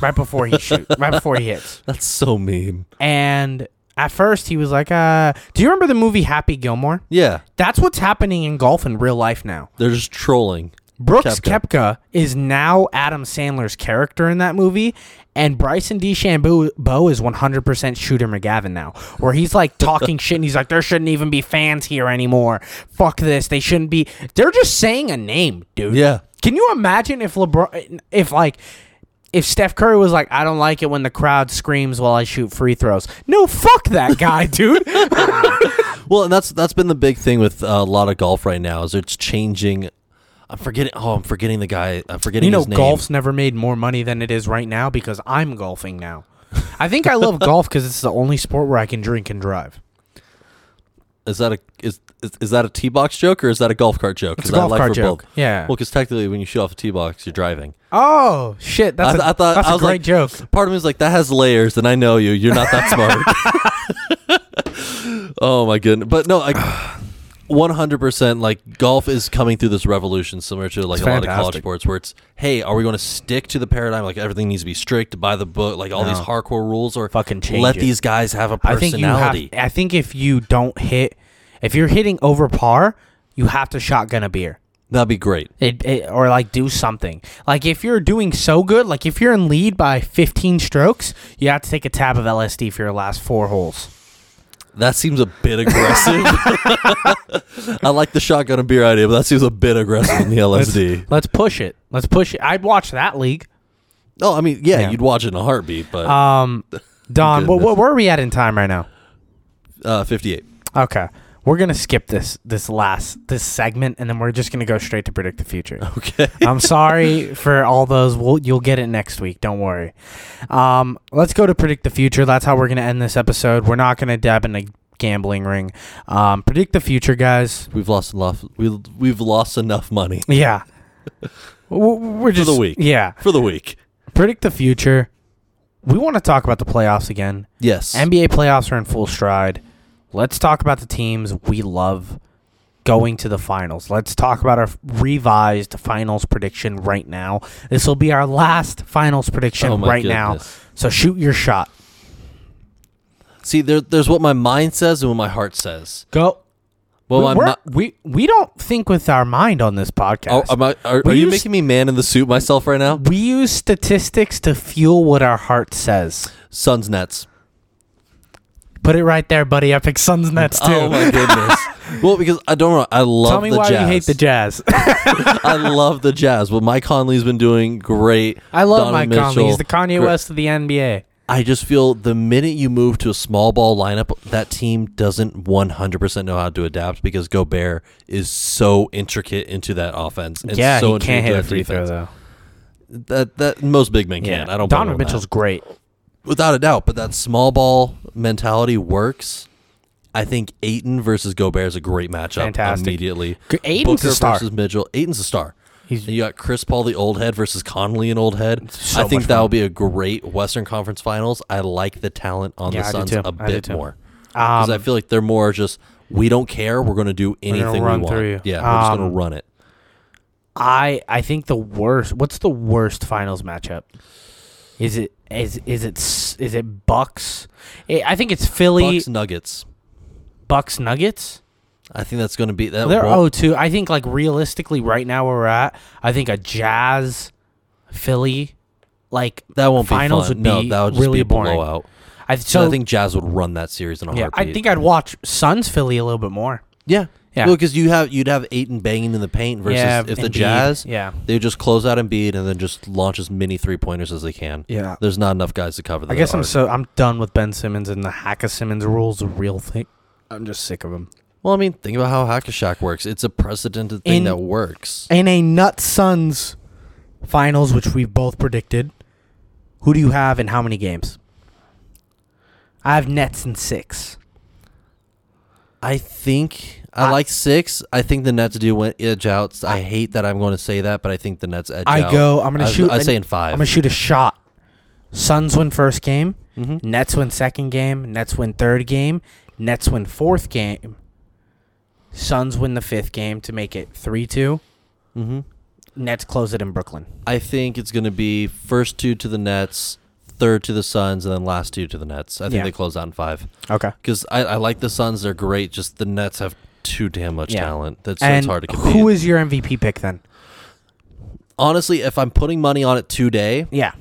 Speaker 1: right before he shoots, right before he hits.
Speaker 2: That's so mean.
Speaker 1: And at first, he was like, uh, "Do you remember the movie Happy Gilmore?"
Speaker 2: Yeah,
Speaker 1: That's what's happening in golf in real life now.
Speaker 2: they're just trolling.
Speaker 1: Brooks
Speaker 2: Koepka.
Speaker 1: Kepka. is now Adam Sandler's character in that movie, and Bryson DeChambeau is 100% Shooter McGavin now, where he's like talking shit and he's like, there shouldn't even be fans here anymore. Fuck this. They shouldn't be. They're just saying a name, dude.
Speaker 2: Yeah.
Speaker 1: Can you imagine if LeBron, if like, if Steph Curry was like, I don't like it when the crowd screams while I shoot free throws. No, fuck that guy, dude.
Speaker 2: Well, and that's that's been the big thing with uh, a lot of golf right now is it's changing. I'm forgetting. Oh, I'm forgetting the guy. I'm forgetting
Speaker 1: You know,
Speaker 2: his name.
Speaker 1: golf's never made more money than it is right now because I'm golfing now. I think I love golf because it's the only sport where I can drink and drive.
Speaker 2: Is that a is is, is that a tee box joke or is that a golf cart joke? It's
Speaker 1: a golf cart joke. Yeah.
Speaker 2: Well, because technically, when you shoot off a tee box, you're driving.
Speaker 1: Oh shit! That's
Speaker 2: I th-
Speaker 1: a
Speaker 2: I thought
Speaker 1: that's
Speaker 2: I
Speaker 1: a
Speaker 2: was
Speaker 1: great
Speaker 2: like,
Speaker 1: joke.
Speaker 2: Part of me is like, that has layers, and I know you. You're not that smart. oh my goodness! But no, like, 100 percent. Like golf is coming through this revolution, similar to like
Speaker 1: It's
Speaker 2: a lot of college
Speaker 1: fantastic.
Speaker 2: sports, where it's, hey, are we going to stick to the paradigm? Like everything needs to be strict, by the book, like all these
Speaker 1: No.
Speaker 2: hardcore rules, or
Speaker 1: Fucking change
Speaker 2: let
Speaker 1: it.
Speaker 2: these guys have a
Speaker 1: I think you have.
Speaker 2: personality.
Speaker 1: I think if you don't hit, if you're hitting over par, you have to shotgun a beer.
Speaker 2: That'd be great.
Speaker 1: It, it or like do something. Like if you're doing so good, like if you're in lead by 15 strokes, you have to take a tab of LSD for your last four holes.
Speaker 2: That seems a bit aggressive. I like the shotgun and beer idea, but that seems a bit aggressive in the LSD.
Speaker 1: Let's push it. Let's push it. I'd watch that league.
Speaker 2: oh, I mean, yeah,
Speaker 1: Yeah.
Speaker 2: you'd watch it in a heartbeat, but uh,
Speaker 1: Um, Don, what,
Speaker 2: Goodness.
Speaker 1: what, where are we at in time right now?
Speaker 2: 58.
Speaker 1: Okay, we're gonna skip this this last this segment, and then we're just gonna go straight to predict the future.
Speaker 2: Okay.
Speaker 1: I'm sorry for all those. We'll, you'll get it next week. Don't worry. Um, let's go to predict the future. That's how we're gonna end this episode. We're not gonna dab in a gambling ring. Um, predict the future, guys.
Speaker 2: We've lost enough. We we've lost enough money
Speaker 1: Yeah, W- we're just
Speaker 2: the week.
Speaker 1: Yeah,
Speaker 2: for the week.
Speaker 1: predict the future. We want to talk about the playoffs again.
Speaker 2: Yes.
Speaker 1: NBA playoffs are in full stride. Let's talk about the teams we love going to the finals. Let's talk about our revised finals prediction right now. This will be our last finals prediction
Speaker 2: Oh my
Speaker 1: right
Speaker 2: goodness.
Speaker 1: now. So shoot your shot.
Speaker 2: See, there, there's what my mind says and what my heart says.
Speaker 1: Go.
Speaker 2: But Well, I'm
Speaker 1: We're-
Speaker 2: not.
Speaker 1: we we don't think with our mind on this podcast.
Speaker 2: Oh, am I, are,
Speaker 1: We
Speaker 2: are you
Speaker 1: use-
Speaker 2: making me man in the suit myself right now?
Speaker 1: we use statistics to fuel what our heart says.
Speaker 2: Suns Nets.
Speaker 1: Put it right there, buddy. I picked Suns Nets too.
Speaker 2: Oh my goodness. well, because I don't know. I love
Speaker 1: Tell me
Speaker 2: the
Speaker 1: why
Speaker 2: Jazz.
Speaker 1: you hate the Jazz.
Speaker 2: I love the Jazz. Well, Mike Conley's been doing great.
Speaker 1: I love
Speaker 2: Donovan
Speaker 1: Mike Conley. He's
Speaker 2: Mitchell,
Speaker 1: the Kanye
Speaker 2: great.
Speaker 1: West of the NBA.
Speaker 2: I just feel the minute you move to a small ball lineup, that team doesn't 100% know how to adapt because Gobert is so intricate into that offense. And
Speaker 1: yeah,
Speaker 2: so
Speaker 1: he can't hit a
Speaker 2: intricate into
Speaker 1: free
Speaker 2: that
Speaker 1: throw
Speaker 2: defense.
Speaker 1: though.
Speaker 2: That that most big men can't. I don't. blame him
Speaker 1: Donovan
Speaker 2: on that.
Speaker 1: Mitchell's great.
Speaker 2: without a doubt. But that small ball mentality works. I think Aiton versus Gobert is a great matchup.
Speaker 1: Fantastic.
Speaker 2: Immediately,
Speaker 1: G- Ayton's a
Speaker 2: Booker
Speaker 1: star.
Speaker 2: versus Mitchell. Aiton's a star.
Speaker 1: He's-
Speaker 2: And you got Chris Paul, the old head, versus Conley, an old head.
Speaker 1: So
Speaker 2: I think
Speaker 1: much
Speaker 2: that will
Speaker 1: fun.
Speaker 2: be a great Western Conference Finals. I like the talent on
Speaker 1: Yeah,
Speaker 2: the
Speaker 1: I do
Speaker 2: Suns
Speaker 1: too.
Speaker 2: a
Speaker 1: I do
Speaker 2: bit
Speaker 1: too. Um,
Speaker 2: more because I feel like they're more just we don't care. We're going to do
Speaker 1: gonna
Speaker 2: anything
Speaker 1: run
Speaker 2: we want.
Speaker 1: through you.
Speaker 2: Yeah, we're just going
Speaker 1: Um,
Speaker 2: to run it.
Speaker 1: I I think the worst. What's the worst finals matchup? Is it is is it s- is it Bucks? I I think it's Philly
Speaker 2: Bucks
Speaker 1: Bucks,
Speaker 2: Nuggets.
Speaker 1: Nuggets.
Speaker 2: I think that's going to be that.
Speaker 1: They're
Speaker 2: won't-
Speaker 1: 0-2. I think like realistically, right now where we're at, I think a Jazz Philly like
Speaker 2: That won't
Speaker 1: finals
Speaker 2: be fun.
Speaker 1: would
Speaker 2: no,
Speaker 1: be
Speaker 2: that would just
Speaker 1: really
Speaker 2: be a
Speaker 1: boring.
Speaker 2: blowout.
Speaker 1: I
Speaker 2: So
Speaker 1: so
Speaker 2: I think Jazz would run that series in a
Speaker 1: yeah,
Speaker 2: heartbeat.
Speaker 1: I think I'd watch Suns Philly a little bit more.
Speaker 2: yeah,
Speaker 1: Yeah.
Speaker 2: Well, because you have you'd have Aiton banging in the paint versus
Speaker 1: Yeah,
Speaker 2: if the
Speaker 1: Embiid,
Speaker 2: Jazz,
Speaker 1: yeah.
Speaker 2: they would just close out Embiid and then just launch as many three pointers as they can.
Speaker 1: Yeah.
Speaker 2: there's not enough guys to cover.
Speaker 1: I guess I'm so I'm done with Ben Simmons and the Hack of Simmons rules. The real thing. I'm just sick of him.
Speaker 2: Well, I mean, think about how Hackashack works. It's a precedented thing
Speaker 1: In-
Speaker 2: that works.
Speaker 1: in a nut Suns finals, which we've both predicted. Who do you have in how many games? I have Nets in six.
Speaker 2: I think I, like six. I think the Nets do win- edge out. I hate that I'm going to say that, but I think the Nets edge
Speaker 1: I
Speaker 2: out.
Speaker 1: go. I'm gonna
Speaker 2: I,
Speaker 1: shoot.
Speaker 2: I
Speaker 1: an-
Speaker 2: say in 5
Speaker 1: I'm gonna shoot a shot. Suns win first game. Nets win second game. Nets win third game. Nets win fourth game. Suns win the fifth game to make it three two. Mm-hmm. Nets close it in Brooklyn.
Speaker 2: I think it's going to be first two to the Nets, third to the Suns, and then last two to the Nets. I think
Speaker 1: Yeah.
Speaker 2: they close out in five.
Speaker 1: Okay.
Speaker 2: Because I, I like the Suns; they're great. Just the Nets have too damn much
Speaker 1: Yeah.
Speaker 2: talent. That's
Speaker 1: and
Speaker 2: it's hard to compete.
Speaker 1: who is your MVP pick then?
Speaker 2: Honestly, if I'm putting money on it today,
Speaker 1: Yeah.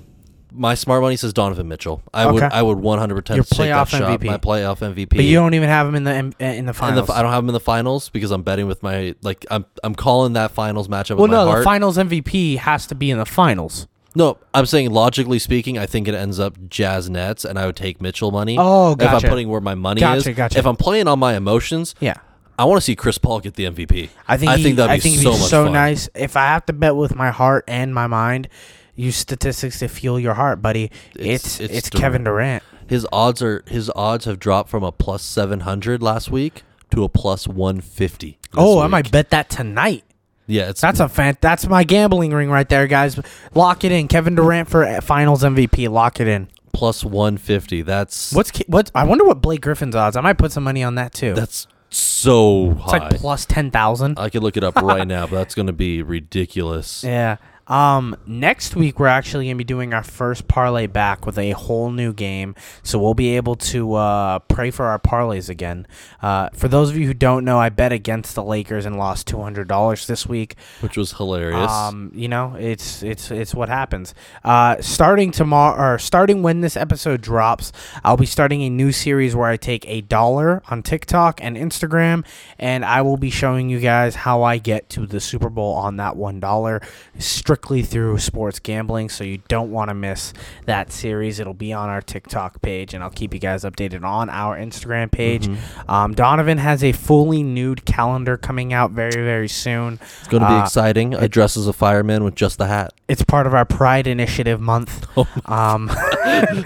Speaker 2: my smart money says Donovan Mitchell. I would
Speaker 1: Okay.
Speaker 2: I would 100
Speaker 1: Your
Speaker 2: percent take that
Speaker 1: playoff
Speaker 2: shot.
Speaker 1: MVP.
Speaker 2: My playoff MVP.
Speaker 1: But you don't even have him in the eh, in, in the
Speaker 2: And
Speaker 1: finals.
Speaker 2: the, fi- I don't have him in the finals because I'm betting with my like I'm I'm calling that finals matchup.
Speaker 1: well,
Speaker 2: with my
Speaker 1: no, the
Speaker 2: heart.
Speaker 1: finals MVP has to be in the finals.
Speaker 2: No, I'm saying logically speaking, I think it ends up Jazz Nets, and I would take Mitchell money.
Speaker 1: Oh,
Speaker 2: If
Speaker 1: gotcha.
Speaker 2: I'm putting where my money
Speaker 1: Gotcha,
Speaker 2: is,
Speaker 1: gotcha.
Speaker 2: if I'm playing on my emotions,
Speaker 1: Yeah,
Speaker 2: I want to see Chris Paul get the MVP.
Speaker 1: I think
Speaker 2: I
Speaker 1: he-
Speaker 2: think that'd
Speaker 1: I
Speaker 2: be
Speaker 1: think it'd
Speaker 2: so
Speaker 1: be
Speaker 2: much
Speaker 1: so
Speaker 2: fun.
Speaker 1: nice. If I have to bet with my heart and my mind, use statistics to fuel your heart, buddy. It's
Speaker 2: It's-
Speaker 1: it's,
Speaker 2: it's
Speaker 1: Kevin Durant.
Speaker 2: His odds are his odds have dropped from a plus seven hundred last week to a plus one fifty.
Speaker 1: Oh, I might bet that tonight.
Speaker 2: Yeah, it's
Speaker 1: That's a fan. That's my gambling ring right there, guys. Lock it in, Kevin Durant for uh, Finals MVP. Lock it in.
Speaker 2: plus one fifty. That's
Speaker 1: What's Ki- what? I wonder what Blake Griffin's odds. I might put some money on that too.
Speaker 2: that's so
Speaker 1: it's
Speaker 2: high.
Speaker 1: like plus ten thousand.
Speaker 2: I could look it up right now, but that's going to be ridiculous.
Speaker 1: Yeah. Um, next week we're actually gonna be doing our first parlay back with a whole new game, so we'll be able to uh, pray for our parlays again. Uh, for those of you who don't know, I bet against the Lakers and lost two hundred dollars this week.
Speaker 2: Which was hilarious.
Speaker 1: Um, you know, it's it's it's what happens. Uh, starting tomorrow, or starting when this episode drops, I'll be starting a new series where I take a dollar on TikTok and Instagram, and I will be showing you guys how I get to the Super Bowl on that one dollar, strictly through sports gambling. So you don't want to miss that series. It'll be on our TikTok page, and I'll keep you guys updated on our Instagram page. Um, Donovan has a fully nude calendar coming out very very soon.
Speaker 2: it's going to be
Speaker 1: uh,
Speaker 2: exciting. I dress as a fireman with just the hat.
Speaker 1: it's part of our Pride Initiative month. um,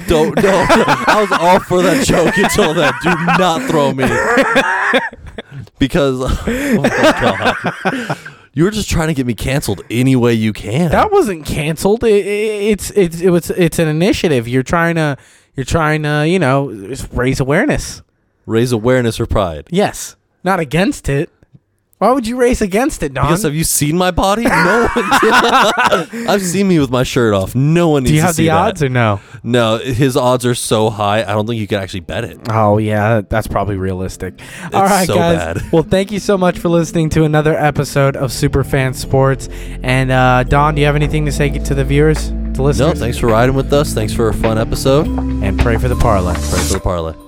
Speaker 2: Don't no. I was all for that joke until then. Do not throw me. Because oh my God. you were just trying to get me canceled any way you can.
Speaker 1: that wasn't canceled. It, it, it's it's it was it's an initiative. You're trying to you're trying to you know raise awareness.
Speaker 2: Raise awareness for pride.
Speaker 1: Yes, not against it. Why would you race against it, Don?
Speaker 2: Because have you seen my body? No one. did. I've seen me with my shirt off. No one needs
Speaker 1: Do you
Speaker 2: to
Speaker 1: have
Speaker 2: see
Speaker 1: the odds
Speaker 2: that.
Speaker 1: or no?
Speaker 2: no, his odds are so high. I don't think you can actually bet it.
Speaker 1: Oh yeah, that's probably realistic. All
Speaker 2: It's
Speaker 1: right,
Speaker 2: so
Speaker 1: guys.
Speaker 2: bad.
Speaker 1: Well, thank you so much for listening to another episode of Superfan Sports. And uh, Don, do you have anything to say to the viewers, to
Speaker 2: No,
Speaker 1: listeners?
Speaker 2: thanks for riding with us. Thanks for a fun episode.
Speaker 1: And pray for the parlay.
Speaker 2: Pray for the parlay.